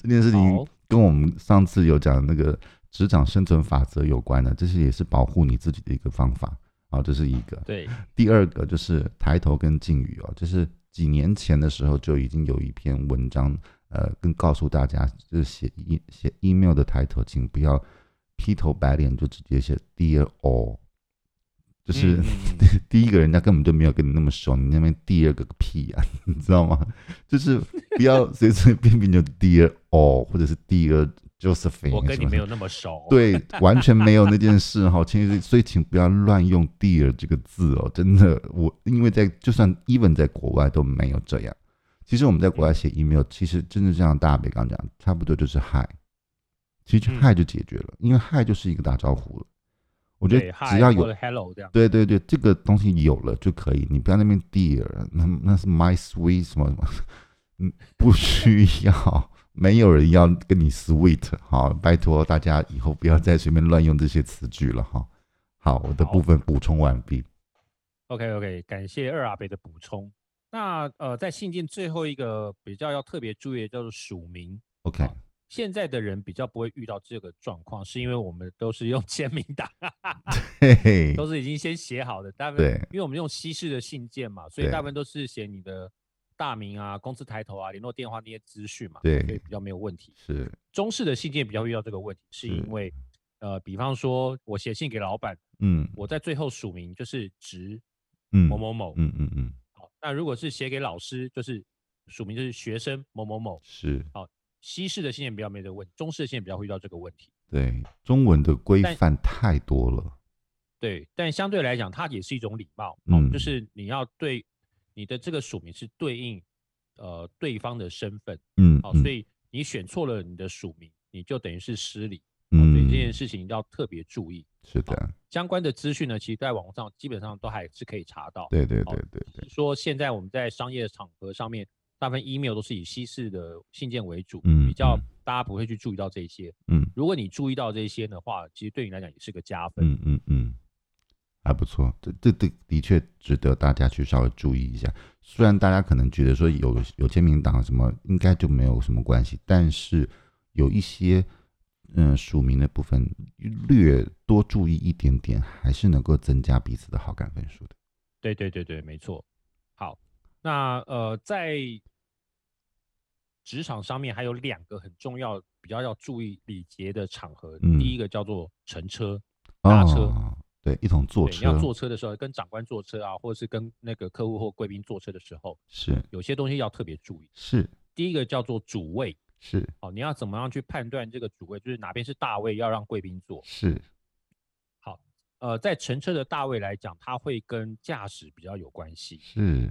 Speaker 2: 这件事情
Speaker 1: 好，
Speaker 2: 跟我们上次有讲的那个职场生存法则有关的，这些也是保护你自己的一个方法啊，这是一个。
Speaker 1: 对，
Speaker 2: 第二个就是抬头跟敬语哦，就是几年前的时候就已经有一篇文章，呃，跟告诉大家，就是写 e 写 email 的抬头，请不要劈头白脸就直接写 dear all，就是、
Speaker 1: 嗯嗯嗯
Speaker 2: 第一个人家根本就没有跟你那么熟，你那边第二个个屁呀、你知道吗？就是不要随随便便就 dear all 或者是 dear Josephine，
Speaker 1: 我跟
Speaker 2: 什
Speaker 1: 你
Speaker 2: 么
Speaker 1: 没有那么熟，，
Speaker 2: 对，完全没有那件事哈， 其实所以请不要乱用 “dear” 这个字哦，真的，我因为在就算 even 在国外都没有这样。其实我们在国外
Speaker 1: 嗯
Speaker 2: 写 email，其实真的就像大北刚讲，差不多就是 hi，其实
Speaker 1: 嗯
Speaker 2: hi 就解决了，因为 hi 就是一个打招呼了。我觉得
Speaker 1: 对，嗨
Speaker 2: 只要
Speaker 1: 或
Speaker 2: 有
Speaker 1: 者 hello 这样，
Speaker 2: 对对对，这个东西有了就可以，你不要那边 dear，那那是 my sweet 什么什 么，嗯，不需要，没有人要跟你 sweet，好，拜托大家以后不要再随便乱用这些词句了哈。好，我的
Speaker 1: 好
Speaker 2: 部分补充完毕。
Speaker 1: OK OK，感谢二阿北的补充。那呃，在信件最后一个比较要特别注意的叫做署名。
Speaker 2: OK，
Speaker 1: 现在的人比较不会遇到这个状况，是因为我们都是用 签名档，
Speaker 2: 嘿嘿，
Speaker 1: 都是已经先写好的。大部分
Speaker 2: 对，
Speaker 1: 因为我们用西式的信件嘛，所以
Speaker 2: 对
Speaker 1: 大部分都是写你的大名啊、公司抬头啊、联络电话那些资讯嘛，
Speaker 2: 对
Speaker 1: 所以比较没有问题。
Speaker 2: 是，
Speaker 1: 中式的信件比较遇到这个问题，是因
Speaker 2: 是
Speaker 1: 为呃，比方说我写信给老板，
Speaker 2: 嗯
Speaker 1: 我在最后署名就是职
Speaker 2: 嗯
Speaker 1: 某某某，
Speaker 2: 嗯嗯嗯，
Speaker 1: 好，那如果是写给老师，就是署名就是学生某某某。
Speaker 2: 是
Speaker 1: 西式的信件比较没这个问题，中式的信件比较会遇到这个问题。
Speaker 2: 对，中文的规
Speaker 1: 但
Speaker 2: 范太多了。
Speaker 1: 对，但相对来讲，它也是一种礼貌，
Speaker 2: 嗯
Speaker 1: 嗯，就是你要对你的这个署名是对应呃对方的身份，
Speaker 2: 嗯，
Speaker 1: 好、
Speaker 2: 嗯
Speaker 1: 所以你选错了你的署名，你就等于是失礼，所以
Speaker 2: 嗯
Speaker 1: 这，件事情要特别注意。
Speaker 2: 是的，
Speaker 1: 相关的资讯呢，其实在网上基本上都还是可以查到。
Speaker 2: 对对
Speaker 1: 好
Speaker 2: 对对对，
Speaker 1: 是说现在我们在商业场合上面，大部分 email 都是以西式的信件为主，
Speaker 2: 嗯
Speaker 1: 比较
Speaker 2: 嗯
Speaker 1: 大家不会去注意到这一些。
Speaker 2: 嗯
Speaker 1: 如果你注意到这一些的话，其实对你来讲也是个加分。
Speaker 2: 嗯嗯嗯，还不错，这这这的确值得大家去稍微注意一下。虽然大家可能觉得说有有签名档什么应该就没有什么关系，但是有一些嗯署名的部分略多注意一点点，还是能够增加彼此的好感分数的。
Speaker 1: 对对对对，没错。好，那呃，在职场上面还有两个很重要、比较要注意礼节的场合。
Speaker 2: 嗯
Speaker 1: 第一个叫做乘车，搭车
Speaker 2: 哦、对，一同坐
Speaker 1: 对，你
Speaker 2: 车
Speaker 1: 要坐车的时候，跟长官坐车啊，或者是跟那个客户或贵宾坐车的时候，
Speaker 2: 是
Speaker 1: 有些东西要特别注意。
Speaker 2: 是
Speaker 1: 第一个叫做主位，
Speaker 2: 是
Speaker 1: 哦，你要怎么样去判断这个主位，就是哪边是大位要让贵宾坐。
Speaker 2: 是
Speaker 1: 呃，在乘车的大位来讲，它会跟驾驶比较有关系。
Speaker 2: 是，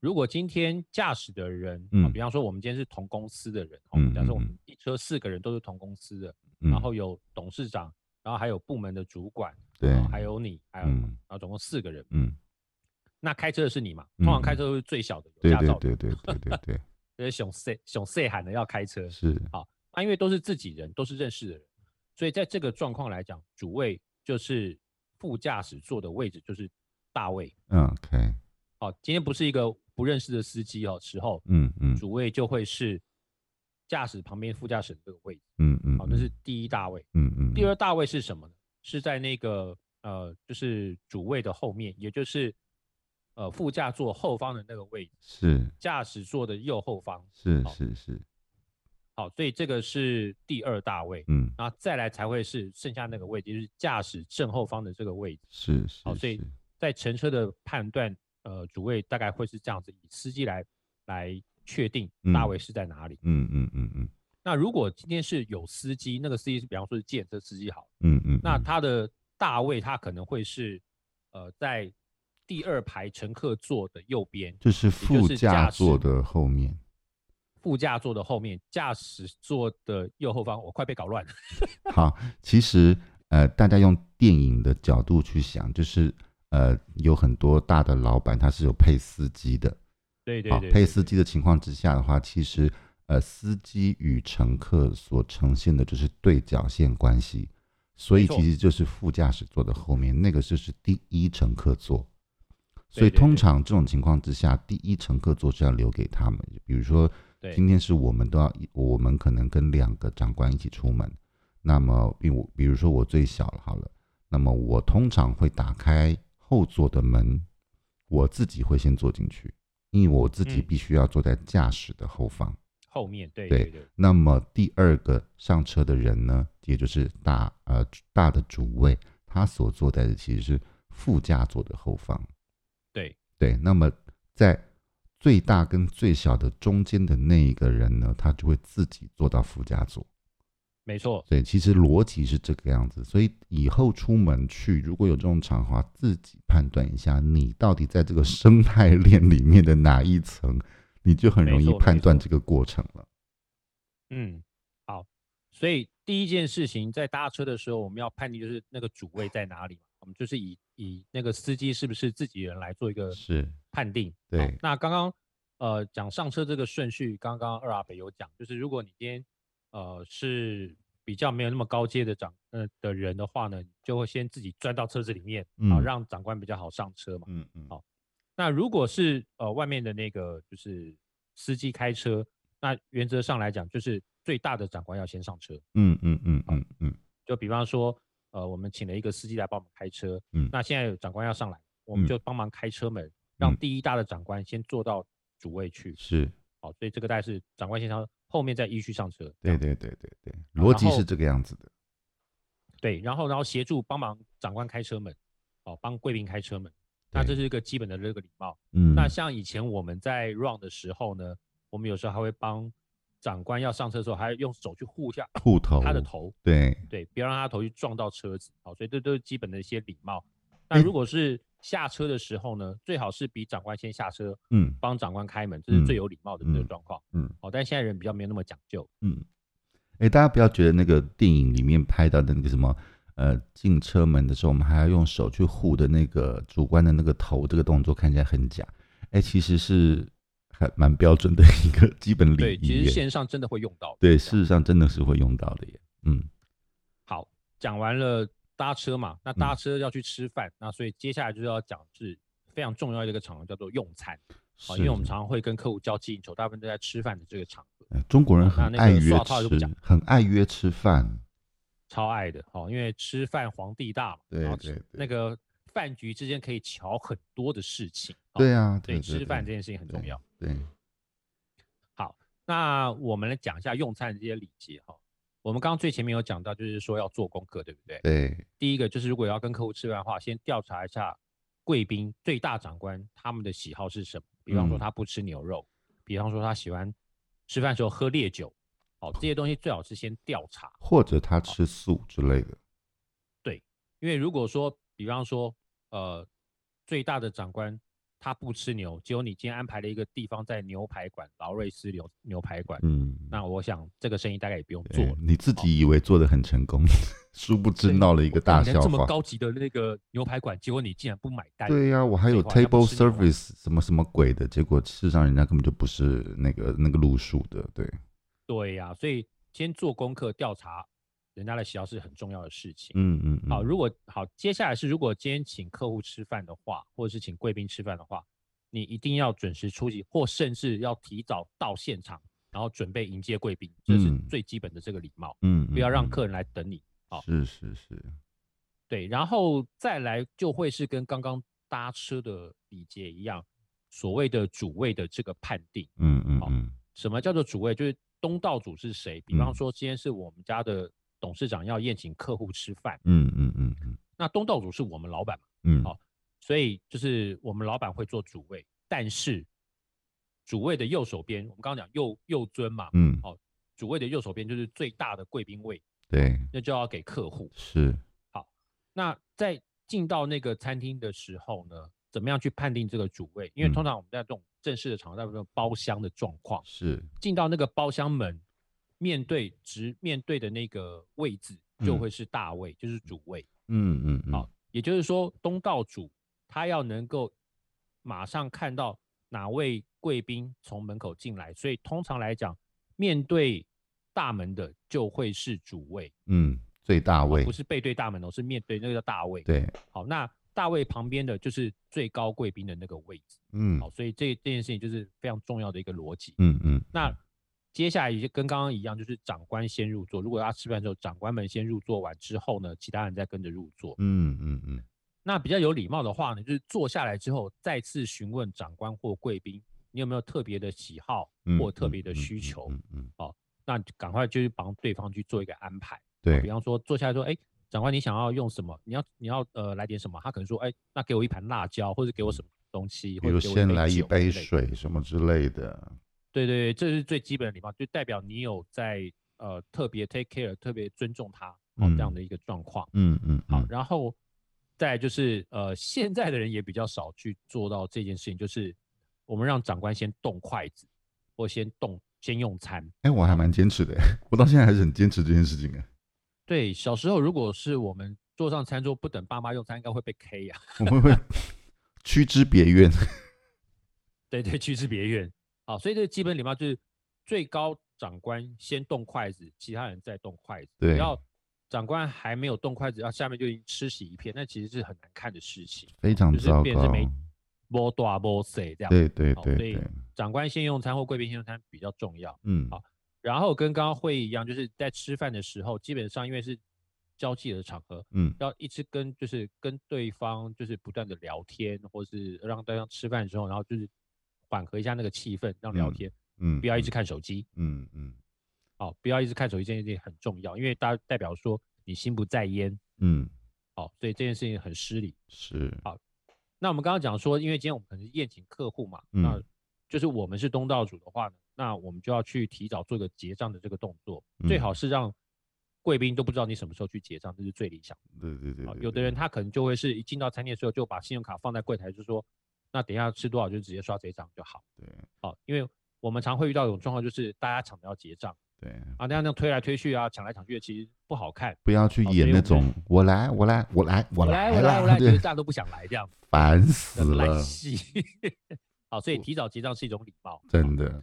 Speaker 1: 如果今天驾驶的人，
Speaker 2: 嗯
Speaker 1: 嗯，比方说我们今天是同公司的人，哦
Speaker 2: 嗯，
Speaker 1: 假设我
Speaker 2: 嗯嗯
Speaker 1: 们一车四个人都是同公司的，
Speaker 2: 嗯
Speaker 1: 然后有董事长，然后还有部门的主管，
Speaker 2: 对
Speaker 1: 然后还有你，还有、
Speaker 2: 嗯
Speaker 1: 然后总共四个人，
Speaker 2: 嗯，
Speaker 1: 那开车的是你嘛？通常开
Speaker 2: 嗯
Speaker 1: 车都是最小的，有
Speaker 2: 对
Speaker 1: 驾
Speaker 2: 对
Speaker 1: 照的，
Speaker 2: 对对对对对，
Speaker 1: 就是熊塞熊塞喊的要开车，
Speaker 2: 是
Speaker 1: 啊，因为都是自己人，都是认识的人，所以在这个状况来讲，主位就是副驾驶座的位置就是大位，
Speaker 2: 嗯 OK，
Speaker 1: 哦、今天不是一个不认识的司机哦，时候，
Speaker 2: 嗯嗯
Speaker 1: 主位就会是驾驶旁边副驾驶的这个位置，
Speaker 2: 嗯嗯，
Speaker 1: 好、这是第一大位。
Speaker 2: 嗯嗯，
Speaker 1: 第二大位是什么呢？是在那个呃，就是主位的后面，也就是呃副驾座后方的那个位置，
Speaker 2: 是
Speaker 1: 驾驶座的右后方。
Speaker 2: 是
Speaker 1: 好
Speaker 2: 是是，
Speaker 1: 好，所以这个是第二大位，
Speaker 2: 嗯，
Speaker 1: 然后再来才会是剩下那个位置，就是驾驶正后方的这个位置。
Speaker 2: 是是
Speaker 1: 好所以
Speaker 2: 是，
Speaker 1: 在乘车的判断，呃，主位大概会是这样子，以司机来来确定大
Speaker 2: 嗯
Speaker 1: 位是在哪里。
Speaker 2: 嗯嗯嗯嗯
Speaker 1: 那如果今天是有司机，那个司机是比方说是计程车司机好，
Speaker 2: 嗯嗯，
Speaker 1: 那
Speaker 2: 嗯
Speaker 1: 他的大位他可能会是呃在第二排乘客座的右边，
Speaker 2: 就是副
Speaker 1: 是
Speaker 2: 驾
Speaker 1: 驾驶
Speaker 2: 座的后面，
Speaker 1: 副驾座的后面，驾驶座的右后方。我快被搞乱了。
Speaker 2: 好，其实呃，大家用电影的角度去想，就是呃，有很多大的老板他是有配司机的，
Speaker 1: 对对
Speaker 2: 好，
Speaker 1: 对，
Speaker 2: 配
Speaker 1: 对
Speaker 2: 司机的情况之下的话，其实呃，司机与乘客所呈现的就是对角线关系，所以
Speaker 1: 没错
Speaker 2: 其实就是副驾驶座的后面那个就是第一乘客座。所
Speaker 1: 对
Speaker 2: 以
Speaker 1: 对
Speaker 2: 通
Speaker 1: 对
Speaker 2: 常这种情况之下，第一乘客座是要留给他们。比如说，
Speaker 1: 对
Speaker 2: 今天是我们都要，我们可能跟两个长官一起出门。那么，比我比如说我最小了好了，那么我通常会打开后座的门，我自己会先坐进去，因为我自己
Speaker 1: 嗯
Speaker 2: 必须要坐在驾驶的后方。
Speaker 1: 后面对
Speaker 2: 对
Speaker 1: 对对
Speaker 2: 那么第二个上车的人呢，也就是大呃大的主位，他所坐在的其实是副驾座的后方。
Speaker 1: 对
Speaker 2: 对，那么在最大跟最小的中间的那一个人呢，他就会自己坐到副驾座。
Speaker 1: 没错，
Speaker 2: 对，其实逻辑是这个样子，所以以后出门去，如果有这种场合，自己判断一下，你到底在这个生态链里面的哪一层，你就很容易
Speaker 1: 没错
Speaker 2: 判断
Speaker 1: 没错
Speaker 2: 这个过程了。
Speaker 1: 嗯，好。所以第一件事情，在搭车的时候，我们要判定就是那个主位在哪里嘛，我们就是以以那个司机是不是自己人来做一个
Speaker 2: 是，
Speaker 1: 判定。好
Speaker 2: 对
Speaker 1: 那刚刚呃讲上车这个顺序，刚刚二阿北有讲，就是如果你今天呃是比较没有那么高阶的长呃的人的话呢，你就会先自己钻到车子里面，啊、
Speaker 2: 嗯
Speaker 1: 让长官比较好上车嘛。
Speaker 2: 嗯嗯
Speaker 1: 好那如果是呃外面的那个就是司机开车，那原则上来讲就是最大的长官要先上车。
Speaker 2: 嗯嗯嗯嗯嗯
Speaker 1: 就比方说，呃，我们请了一个司机来帮我们开车，
Speaker 2: 嗯
Speaker 1: 那现在有长官要上来，我们
Speaker 2: 嗯
Speaker 1: 就帮忙开车门，让
Speaker 2: 嗯
Speaker 1: 第一大的长官先坐到主位去，
Speaker 2: 是
Speaker 1: 好，哦所以这个大概是长官先上，后面再依序上车，这
Speaker 2: 对
Speaker 1: 样
Speaker 2: 对对对对，
Speaker 1: 然
Speaker 2: 逻辑
Speaker 1: 后
Speaker 2: 是这个样子的。
Speaker 1: 对，然后然后协助帮忙长官开车门，哦，帮贵宾开车门，那这
Speaker 2: 对
Speaker 1: 是一个基本的这个礼貌。
Speaker 2: 嗯，
Speaker 1: 那像以前我们在 run 的时候呢，我们有时候还会帮长官要上车的时候，还要用手去护一下
Speaker 2: 兔头，
Speaker 1: 他的头，
Speaker 2: 对，
Speaker 1: 对，不要让他头去撞到车子，好，所以这都是基本的一些礼貌。
Speaker 2: 哎
Speaker 1: 那如果是下车的时候呢，最好是比长官先下车，
Speaker 2: 嗯
Speaker 1: 帮长官开门，这是最有礼貌的这个
Speaker 2: 嗯
Speaker 1: 状况。
Speaker 2: 嗯
Speaker 1: 好，但现在人比较没有那么讲究。
Speaker 2: 嗯，哎，大家不要觉得那个电影里面拍到的那个什么，呃，进车门的时候，我们还要用手去护的那个主观的那个头，这个动作看起来很假。哎，其实是还蛮标准的一个基本礼
Speaker 1: 对，其
Speaker 2: 仪
Speaker 1: 实
Speaker 2: 耶。
Speaker 1: 线上真的会用到的。
Speaker 2: 对，
Speaker 1: 这样
Speaker 2: 事实上真的是会用到的耶。嗯，
Speaker 1: 好，讲完了搭车嘛，那
Speaker 2: 嗯
Speaker 1: 搭车要去吃饭，那所以接下来就是要讲是非常重要的一个场合，叫做用餐啊，
Speaker 2: 是
Speaker 1: 因为我们常常会跟客户交际应酬，大部分都在吃饭的这个场合，
Speaker 2: 哎中国人
Speaker 1: 那
Speaker 2: 很
Speaker 1: 哦那个
Speaker 2: 爱约
Speaker 1: 刷套就不
Speaker 2: 吃
Speaker 1: 讲，
Speaker 2: 很爱约吃饭。
Speaker 1: 超爱的哦，因为吃饭皇帝大嘛，
Speaker 2: 对
Speaker 1: 然后
Speaker 2: 对对
Speaker 1: 那个饭局之间可以瞧很多的事情，哦
Speaker 2: 对啊，
Speaker 1: 所以
Speaker 2: 对，
Speaker 1: 吃
Speaker 2: 对
Speaker 1: 饭这
Speaker 2: 对
Speaker 1: 件事情很重
Speaker 2: 对
Speaker 1: 要。
Speaker 2: 对，
Speaker 1: 那我们来讲一下用餐的这些礼节哈。我们刚刚最前面有讲到，就是说要做功课，对不对？
Speaker 2: 对，
Speaker 1: 第一个就是如果要跟客户吃饭的话，先调查一下贵宾最大长官他们的喜好是什么。比方说
Speaker 2: 嗯
Speaker 1: 他不吃牛肉，比方说他喜欢吃饭时候喝烈酒，哦，这些东西最好是先调查。
Speaker 2: 或者他吃素之类的。
Speaker 1: 因为如果说，比方说，呃，最大的长官他不吃牛，结果你今天安排了一个地方在牛排馆，劳瑞斯牛牛排馆，
Speaker 2: 嗯，
Speaker 1: 那我想这个生意大概也不用做
Speaker 2: 对
Speaker 1: 了。
Speaker 2: 你自己以为做的很成功，殊不知
Speaker 1: 对
Speaker 2: 闹了一
Speaker 1: 我
Speaker 2: 个
Speaker 1: 我
Speaker 2: 大
Speaker 1: 连
Speaker 2: 笑
Speaker 1: 这么
Speaker 2: 话。
Speaker 1: 高级的那个牛排馆，结果你竟然不买单。
Speaker 2: 对呀、我还
Speaker 1: 废
Speaker 2: 有
Speaker 1: 话要不啊
Speaker 2: table
Speaker 1: 吃牛排
Speaker 2: service 什么什么鬼的，结果事实上人家根本就不是那个那个路数的，对，
Speaker 1: 对呀、所以先做功课调查人家的喜好是很重要的事情。
Speaker 2: 嗯嗯，嗯
Speaker 1: 好，如果好，接下来是如果今天请客户吃饭的话，或者是请贵宾吃饭的话，你一定要准时出席，或甚至要提早到现场，然后准备迎接贵宾，这是
Speaker 2: 嗯
Speaker 1: 最基本的这个礼貌，
Speaker 2: 嗯，
Speaker 1: 不要让
Speaker 2: 嗯
Speaker 1: 客人来等你。好
Speaker 2: 是是是，
Speaker 1: 对，然后再来就会是跟刚刚搭车的礼节一样，所谓的主位的这个判定。
Speaker 2: 嗯嗯
Speaker 1: 好
Speaker 2: 嗯，
Speaker 1: 什么叫做主位？就是东道主是谁？比
Speaker 2: 嗯
Speaker 1: 方说，今天是我们家的董事长要宴请客户吃饭，
Speaker 2: 嗯嗯嗯嗯
Speaker 1: 那东道主是我们老板嘛，
Speaker 2: 嗯，
Speaker 1: 好所以就是我们老板会做主位，但是主位的右手边，我们刚刚讲右右尊嘛，
Speaker 2: 嗯，
Speaker 1: 好主位的右手边就是最大的贵宾位，
Speaker 2: 对，
Speaker 1: 那就要给客户。
Speaker 2: 是，
Speaker 1: 那在进到那个餐厅的时候呢，怎么样去判定这个主位？因为通
Speaker 2: 嗯
Speaker 1: 常我们在这种正式的场合，大部分有包厢的状况，
Speaker 2: 是，
Speaker 1: 进到那个包厢门，面对直面对的那个位置就
Speaker 2: 嗯
Speaker 1: 会是大位，就是主位。
Speaker 2: 嗯嗯嗯，
Speaker 1: 好，也就是说东道主他要能够马上看到哪位贵宾从门口进来，所以通常来讲，面对大门的就会是主位，
Speaker 2: 嗯，最大位
Speaker 1: 不，是背对大门哦，是面对那个叫大位。
Speaker 2: 对，
Speaker 1: 好，那大位旁边的就是最高贵宾的那个位置。
Speaker 2: 嗯
Speaker 1: 好，所以这这件事情就是非常重要的一个逻辑。
Speaker 2: 嗯嗯，
Speaker 1: 那接下来也就跟刚刚一样，就是长官先入座。如果要吃饭的时候，长官们先入座完之后呢，其他人再跟着入座。
Speaker 2: 嗯嗯嗯，
Speaker 1: 那比较有礼貌的话呢，就是坐下来之后，再次询问长官或贵宾，你有没有特别的喜好
Speaker 2: 嗯
Speaker 1: 或特
Speaker 2: 嗯
Speaker 1: 别的
Speaker 2: 嗯
Speaker 1: 需
Speaker 2: 嗯
Speaker 1: 求？
Speaker 2: 嗯嗯，
Speaker 1: 那就赶快就是帮对方去做一个安排。啊比
Speaker 2: 对，
Speaker 1: 方说坐下来说，哎，长官你想要用什么？你要你要呃来点什么？他可能说，哎，那给我一盘辣椒，或者给我什么东西，
Speaker 2: 比
Speaker 1: 或
Speaker 2: 如
Speaker 1: 者给我
Speaker 2: 先来一
Speaker 1: 酒
Speaker 2: 杯
Speaker 1: 之类的
Speaker 2: 水什么之类的，
Speaker 1: 对对，对，这是最基本的礼貌，就代表你有在呃特别 take care、特别尊重他哦这样
Speaker 2: 嗯
Speaker 1: 的一个状况。
Speaker 2: 嗯嗯，
Speaker 1: 好，
Speaker 2: 嗯，
Speaker 1: 然后再来就是呃，现在的人也比较少去做到这件事情，就是我们让长官先动筷子，或先动先用餐。
Speaker 2: 哎，我还蛮坚持的，我到现在还是很坚持这件事情哎，
Speaker 1: 对，小时候如果是我们坐上餐桌不等爸妈用餐，应该会被 K 啊呀、
Speaker 2: 我会 会趋之别院，
Speaker 1: 对对，去之别院。好，所以这个基本礼貌就是最高长官先动筷子，其他人再动筷子。
Speaker 2: 对
Speaker 1: 只要长官还没有动筷子，然后下面就已经吃洗一片，那其实是很难看的事情，
Speaker 2: 非常
Speaker 1: 就是
Speaker 2: 糟
Speaker 1: 变成是
Speaker 2: 糕，
Speaker 1: 没摸大摸塞这样。
Speaker 2: 对对
Speaker 1: 好
Speaker 2: 对
Speaker 1: 所以
Speaker 2: 对，
Speaker 1: 长官先用餐或贵宾先用餐比较重要。
Speaker 2: 嗯，
Speaker 1: 好然后跟刚刚会议一样，就是在吃饭的时候，基本上因为是交际的场合，
Speaker 2: 嗯
Speaker 1: 要一直跟就是跟对方就是不断的聊天，或是让对方吃饭的时候，然后就是缓和一下那个气氛，让聊
Speaker 2: 嗯
Speaker 1: 天，
Speaker 2: 嗯，
Speaker 1: 不要一直
Speaker 2: 嗯，
Speaker 1: 看手机，
Speaker 2: 嗯嗯
Speaker 1: 好、不要一直看手机这件事情很重要，因为大代表说你心不在焉，
Speaker 2: 嗯，
Speaker 1: 好、所以这件事情很失礼。
Speaker 2: 是，
Speaker 1: 那我们刚刚讲说，因为今天我们可能是宴请客户嘛，那
Speaker 2: 嗯
Speaker 1: 就是我们是东道主的话呢，那我们就要去提早做一个结账的这个动作，最
Speaker 2: 嗯
Speaker 1: 好是让贵宾都不知道你什么时候去结账，这是最理想的。
Speaker 2: 对对对
Speaker 1: 啊，
Speaker 2: 对，
Speaker 1: 有的
Speaker 2: 对
Speaker 1: 人他可能就会是一进到餐厅的时候就把信用卡放在柜台，就说那等一下吃多少就直接刷这一张就好。
Speaker 2: 对
Speaker 1: 好、因为我们常会遇到一种状况，就是大家抢着要结账
Speaker 2: 对，
Speaker 1: 啊，那样那样推来推去啊，抢来抢去的，其实不好看。
Speaker 2: 不要去
Speaker 1: 好
Speaker 2: 演
Speaker 1: 所以
Speaker 2: 那
Speaker 1: 我们
Speaker 2: 种我来我来我来我
Speaker 1: 我来，
Speaker 2: 我
Speaker 1: 我来，我来，觉得
Speaker 2: 对，
Speaker 1: 大家都不想来这样，
Speaker 2: 烦
Speaker 1: 那
Speaker 2: 死
Speaker 1: 烂
Speaker 2: 了，
Speaker 1: 戏。 好，所以提早结账是一种礼貌。
Speaker 2: 真的，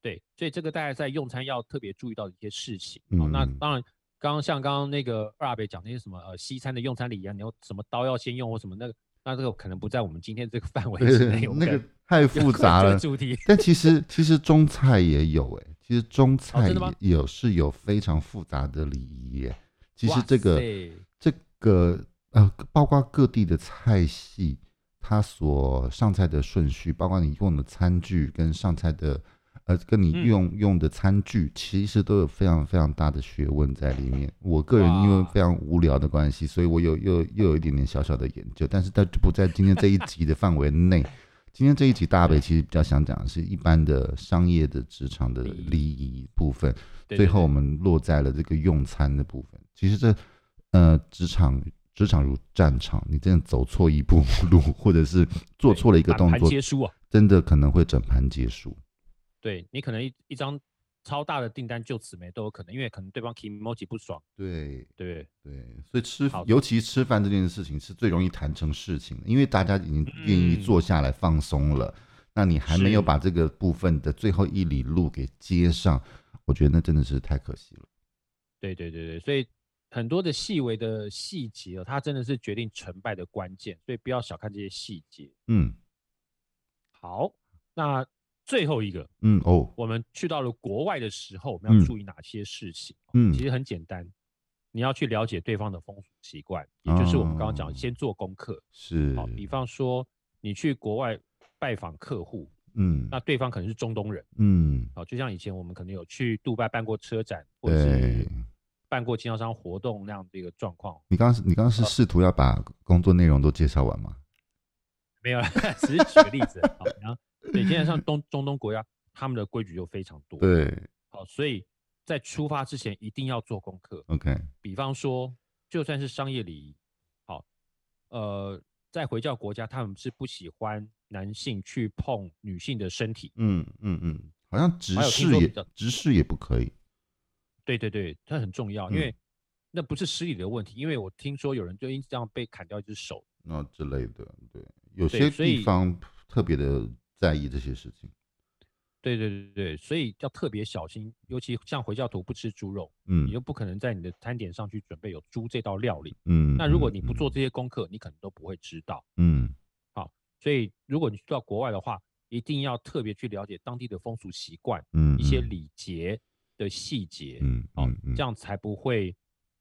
Speaker 1: 对，所以这个大家在用餐要特别注意到的一些事情。好，那
Speaker 2: 嗯
Speaker 1: 当然，刚刚像刚刚那个二阿北讲那些什么呃西餐的用餐礼仪啊，你要什么刀要先用或什么那个，那这个可能不在我们今天这个范围
Speaker 2: 对
Speaker 1: 之
Speaker 2: 对
Speaker 1: 内。
Speaker 2: 对
Speaker 1: 我们
Speaker 2: 那
Speaker 1: 可
Speaker 2: 个
Speaker 1: 能
Speaker 2: 太
Speaker 1: 有
Speaker 2: 复
Speaker 1: 各
Speaker 2: 杂
Speaker 1: 自的
Speaker 2: 了。
Speaker 1: 主题
Speaker 2: 但其实其实中菜也有哎、其实中菜
Speaker 1: 哦真的吗
Speaker 2: 也有是有非常复杂的礼仪耶。其实
Speaker 1: 哇
Speaker 2: 这个
Speaker 1: 塞
Speaker 2: 这个呃，包括各地的菜系，它所上菜的顺序，包括你用的餐具跟上菜的呃，跟你
Speaker 1: 嗯
Speaker 2: 用、用的餐具，其实都有非常非常大的学问在里面。我个人因为
Speaker 1: 哇
Speaker 2: 非常无聊的关系，所以我有又又有一点点小小的研究，但是它就不在今天这一集的范 围内。今天这一集大北其实比较想讲的是一般的商业的职场的
Speaker 1: 礼仪
Speaker 2: 礼仪部分，
Speaker 1: 对对
Speaker 2: 最后
Speaker 1: 对
Speaker 2: 我们落在了这个用餐的部分。其实这呃，职场职场如战场，你真的走错一步路，或者是
Speaker 1: 对
Speaker 2: 做错了一个
Speaker 1: 满
Speaker 2: 动
Speaker 1: 盘
Speaker 2: 作，
Speaker 1: 皆输啊。
Speaker 2: 真的可能会整盘皆输。
Speaker 1: 对你可能一一张超大的订单就此没都有可能，因为可能对方 emoji 不爽，
Speaker 2: 对
Speaker 1: 对不对？
Speaker 2: 对，所以吃
Speaker 1: 好，
Speaker 2: 尤其吃饭这件事情是最容易谈成事情的，因为大家已经愿意
Speaker 1: 嗯
Speaker 2: 坐下来放松了。那你还没有
Speaker 1: 是
Speaker 2: 把这个部分的最后一里路给接上，我觉得那真的是太可惜了。
Speaker 1: 对对对对，所以很多的细微的细节哦，它真的是决定成败的关键，所以不要小看这些细节。
Speaker 2: 嗯
Speaker 1: 好，那最后一个，
Speaker 2: 嗯哦
Speaker 1: 我们去到了国外的时候，我们要
Speaker 2: 嗯
Speaker 1: 注意哪些事情？哦
Speaker 2: 嗯
Speaker 1: 其实很简单，你要去了解对方的风俗习惯，也就是我们刚刚讲，
Speaker 2: 哦
Speaker 1: 的，先做功课。
Speaker 2: 是
Speaker 1: 好，比方说你去国外拜访客户，
Speaker 2: 嗯
Speaker 1: 那对方可能是中东人。
Speaker 2: 嗯
Speaker 1: 好，就像以前我们可能有去杜拜办过车展，或者
Speaker 2: 对
Speaker 1: 是。办过经销商活动那样的一个状况，
Speaker 2: 你刚刚是你刚刚
Speaker 1: 呃
Speaker 2: 是试图要把工作内容都介绍完吗？
Speaker 1: 没有啦， 只是举个例子。好，然后对，现在像东中东国家，他们的规矩又非常 多。，
Speaker 2: 对
Speaker 1: 好，所以在出发之前一定要做功课。
Speaker 2: ，OK，
Speaker 1: 比方说，就算是商业礼仪，好，呃，在回教国家，他们是不喜欢男性去碰女性的身体。
Speaker 2: 嗯嗯嗯，好像直
Speaker 1: 还有听
Speaker 2: 视
Speaker 1: 说
Speaker 2: 也
Speaker 1: 比较
Speaker 2: 直视也不可以，
Speaker 1: 对对对，它很重要，因
Speaker 2: 嗯
Speaker 1: 为那不是失礼的问题，因为我听说有人就因这样被砍掉一只手。
Speaker 2: 那哦之类的，对，有
Speaker 1: 对
Speaker 2: 些
Speaker 1: 所
Speaker 2: 地
Speaker 1: 以
Speaker 2: 方特别的在意这些事情。
Speaker 1: 对对对对，所以要特别小心，尤其像回教徒不吃猪肉，
Speaker 2: 嗯
Speaker 1: 你就不可能在你的餐点上去准备有猪这道料理。
Speaker 2: 嗯，
Speaker 1: 那如果
Speaker 2: 嗯
Speaker 1: 你不做，这些功课，你可能都不会知道。
Speaker 2: 嗯
Speaker 1: 所以如果你去到国外的话，一定要特别去了解当地的风俗习惯、
Speaker 2: 嗯，
Speaker 1: 一些
Speaker 2: 嗯
Speaker 1: 礼节的细节，
Speaker 2: 嗯
Speaker 1: 哦
Speaker 2: 嗯嗯
Speaker 1: 这样才不会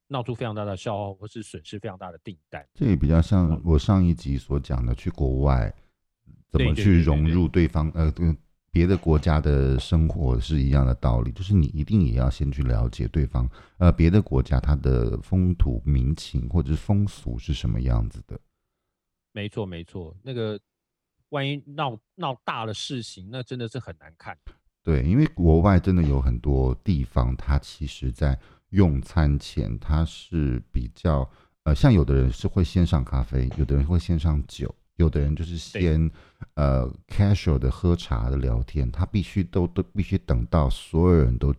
Speaker 1: 闹出非常大的笑话，或是损失非常大的订单。
Speaker 2: 这也比较像
Speaker 1: 嗯
Speaker 2: 我上一集所讲的，去国外怎
Speaker 1: 对
Speaker 2: 么
Speaker 1: 对
Speaker 2: 去
Speaker 1: 对对
Speaker 2: 融
Speaker 1: 对
Speaker 2: 入对方呃对别的国家的生活是一样的道理，就是你一定也要先去了解对方呃别的国家它的风土民情或者是风俗是什么样子的。
Speaker 1: 没错，没错，那个万一闹闹大了事情，那真的是很难看。
Speaker 2: 对，因为国外真的有很多地方，它其实在用餐前，它是比较呃，像有的人是会先上咖啡，有的人会先上酒，有的人就是
Speaker 1: 对
Speaker 2: 先呃 casual 的喝茶的聊天，他必须都都必须等到所有人都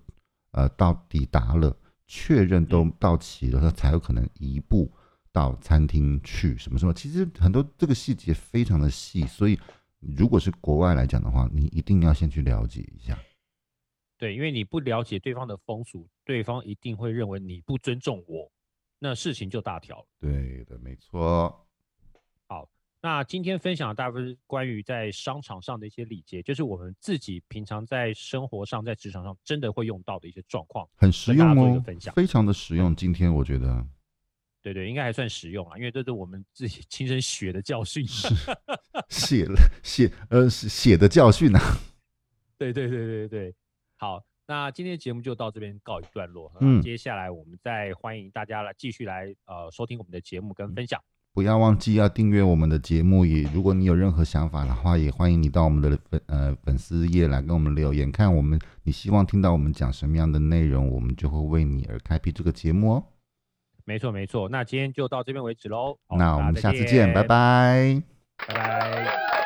Speaker 2: 呃到抵达了，确认都到齐了，他才有可能移步到餐厅去什么什么。其实很多这个细节非常的细，所以如果是国外来讲的话，你一定要先去了解一下。
Speaker 1: 对，因为你不了解对方的风俗，对方一定会认为你不尊重我，那事情就大条了。
Speaker 2: 对的，没错。
Speaker 1: 那今天分享的大部分是关于在商场上的一些礼节，就是我们自己平常在生活上、在职场上真的会用到的一些状况。
Speaker 2: 很实用
Speaker 1: 跟大家做一
Speaker 2: 哦
Speaker 1: 个分，享嗯
Speaker 2: 非常的实用。今天我觉得
Speaker 1: 对对，应该还算实用啊，因为这是我们自己亲身血的教训。
Speaker 2: 写了写呃是写的教训啊，
Speaker 1: 对对对对对，好，那今天的节目就到这边告一段落。
Speaker 2: 嗯
Speaker 1: 嗯，接下来我们再欢迎大家来继续来呃收听我们的节目跟分享。
Speaker 2: 不要忘记要订阅我们的节目。也如果你有任何想法的话，也欢迎你到我们的粉呃粉丝页来跟我们留言，看我们你希望听到我们讲什么样的内容，我们就会为你而开辟这个节目哦。
Speaker 1: 没错没错，那今天就到这边为止喽。好
Speaker 2: 那我
Speaker 1: 大家
Speaker 2: 们
Speaker 1: 再
Speaker 2: 下次见，拜拜。
Speaker 1: 拜拜。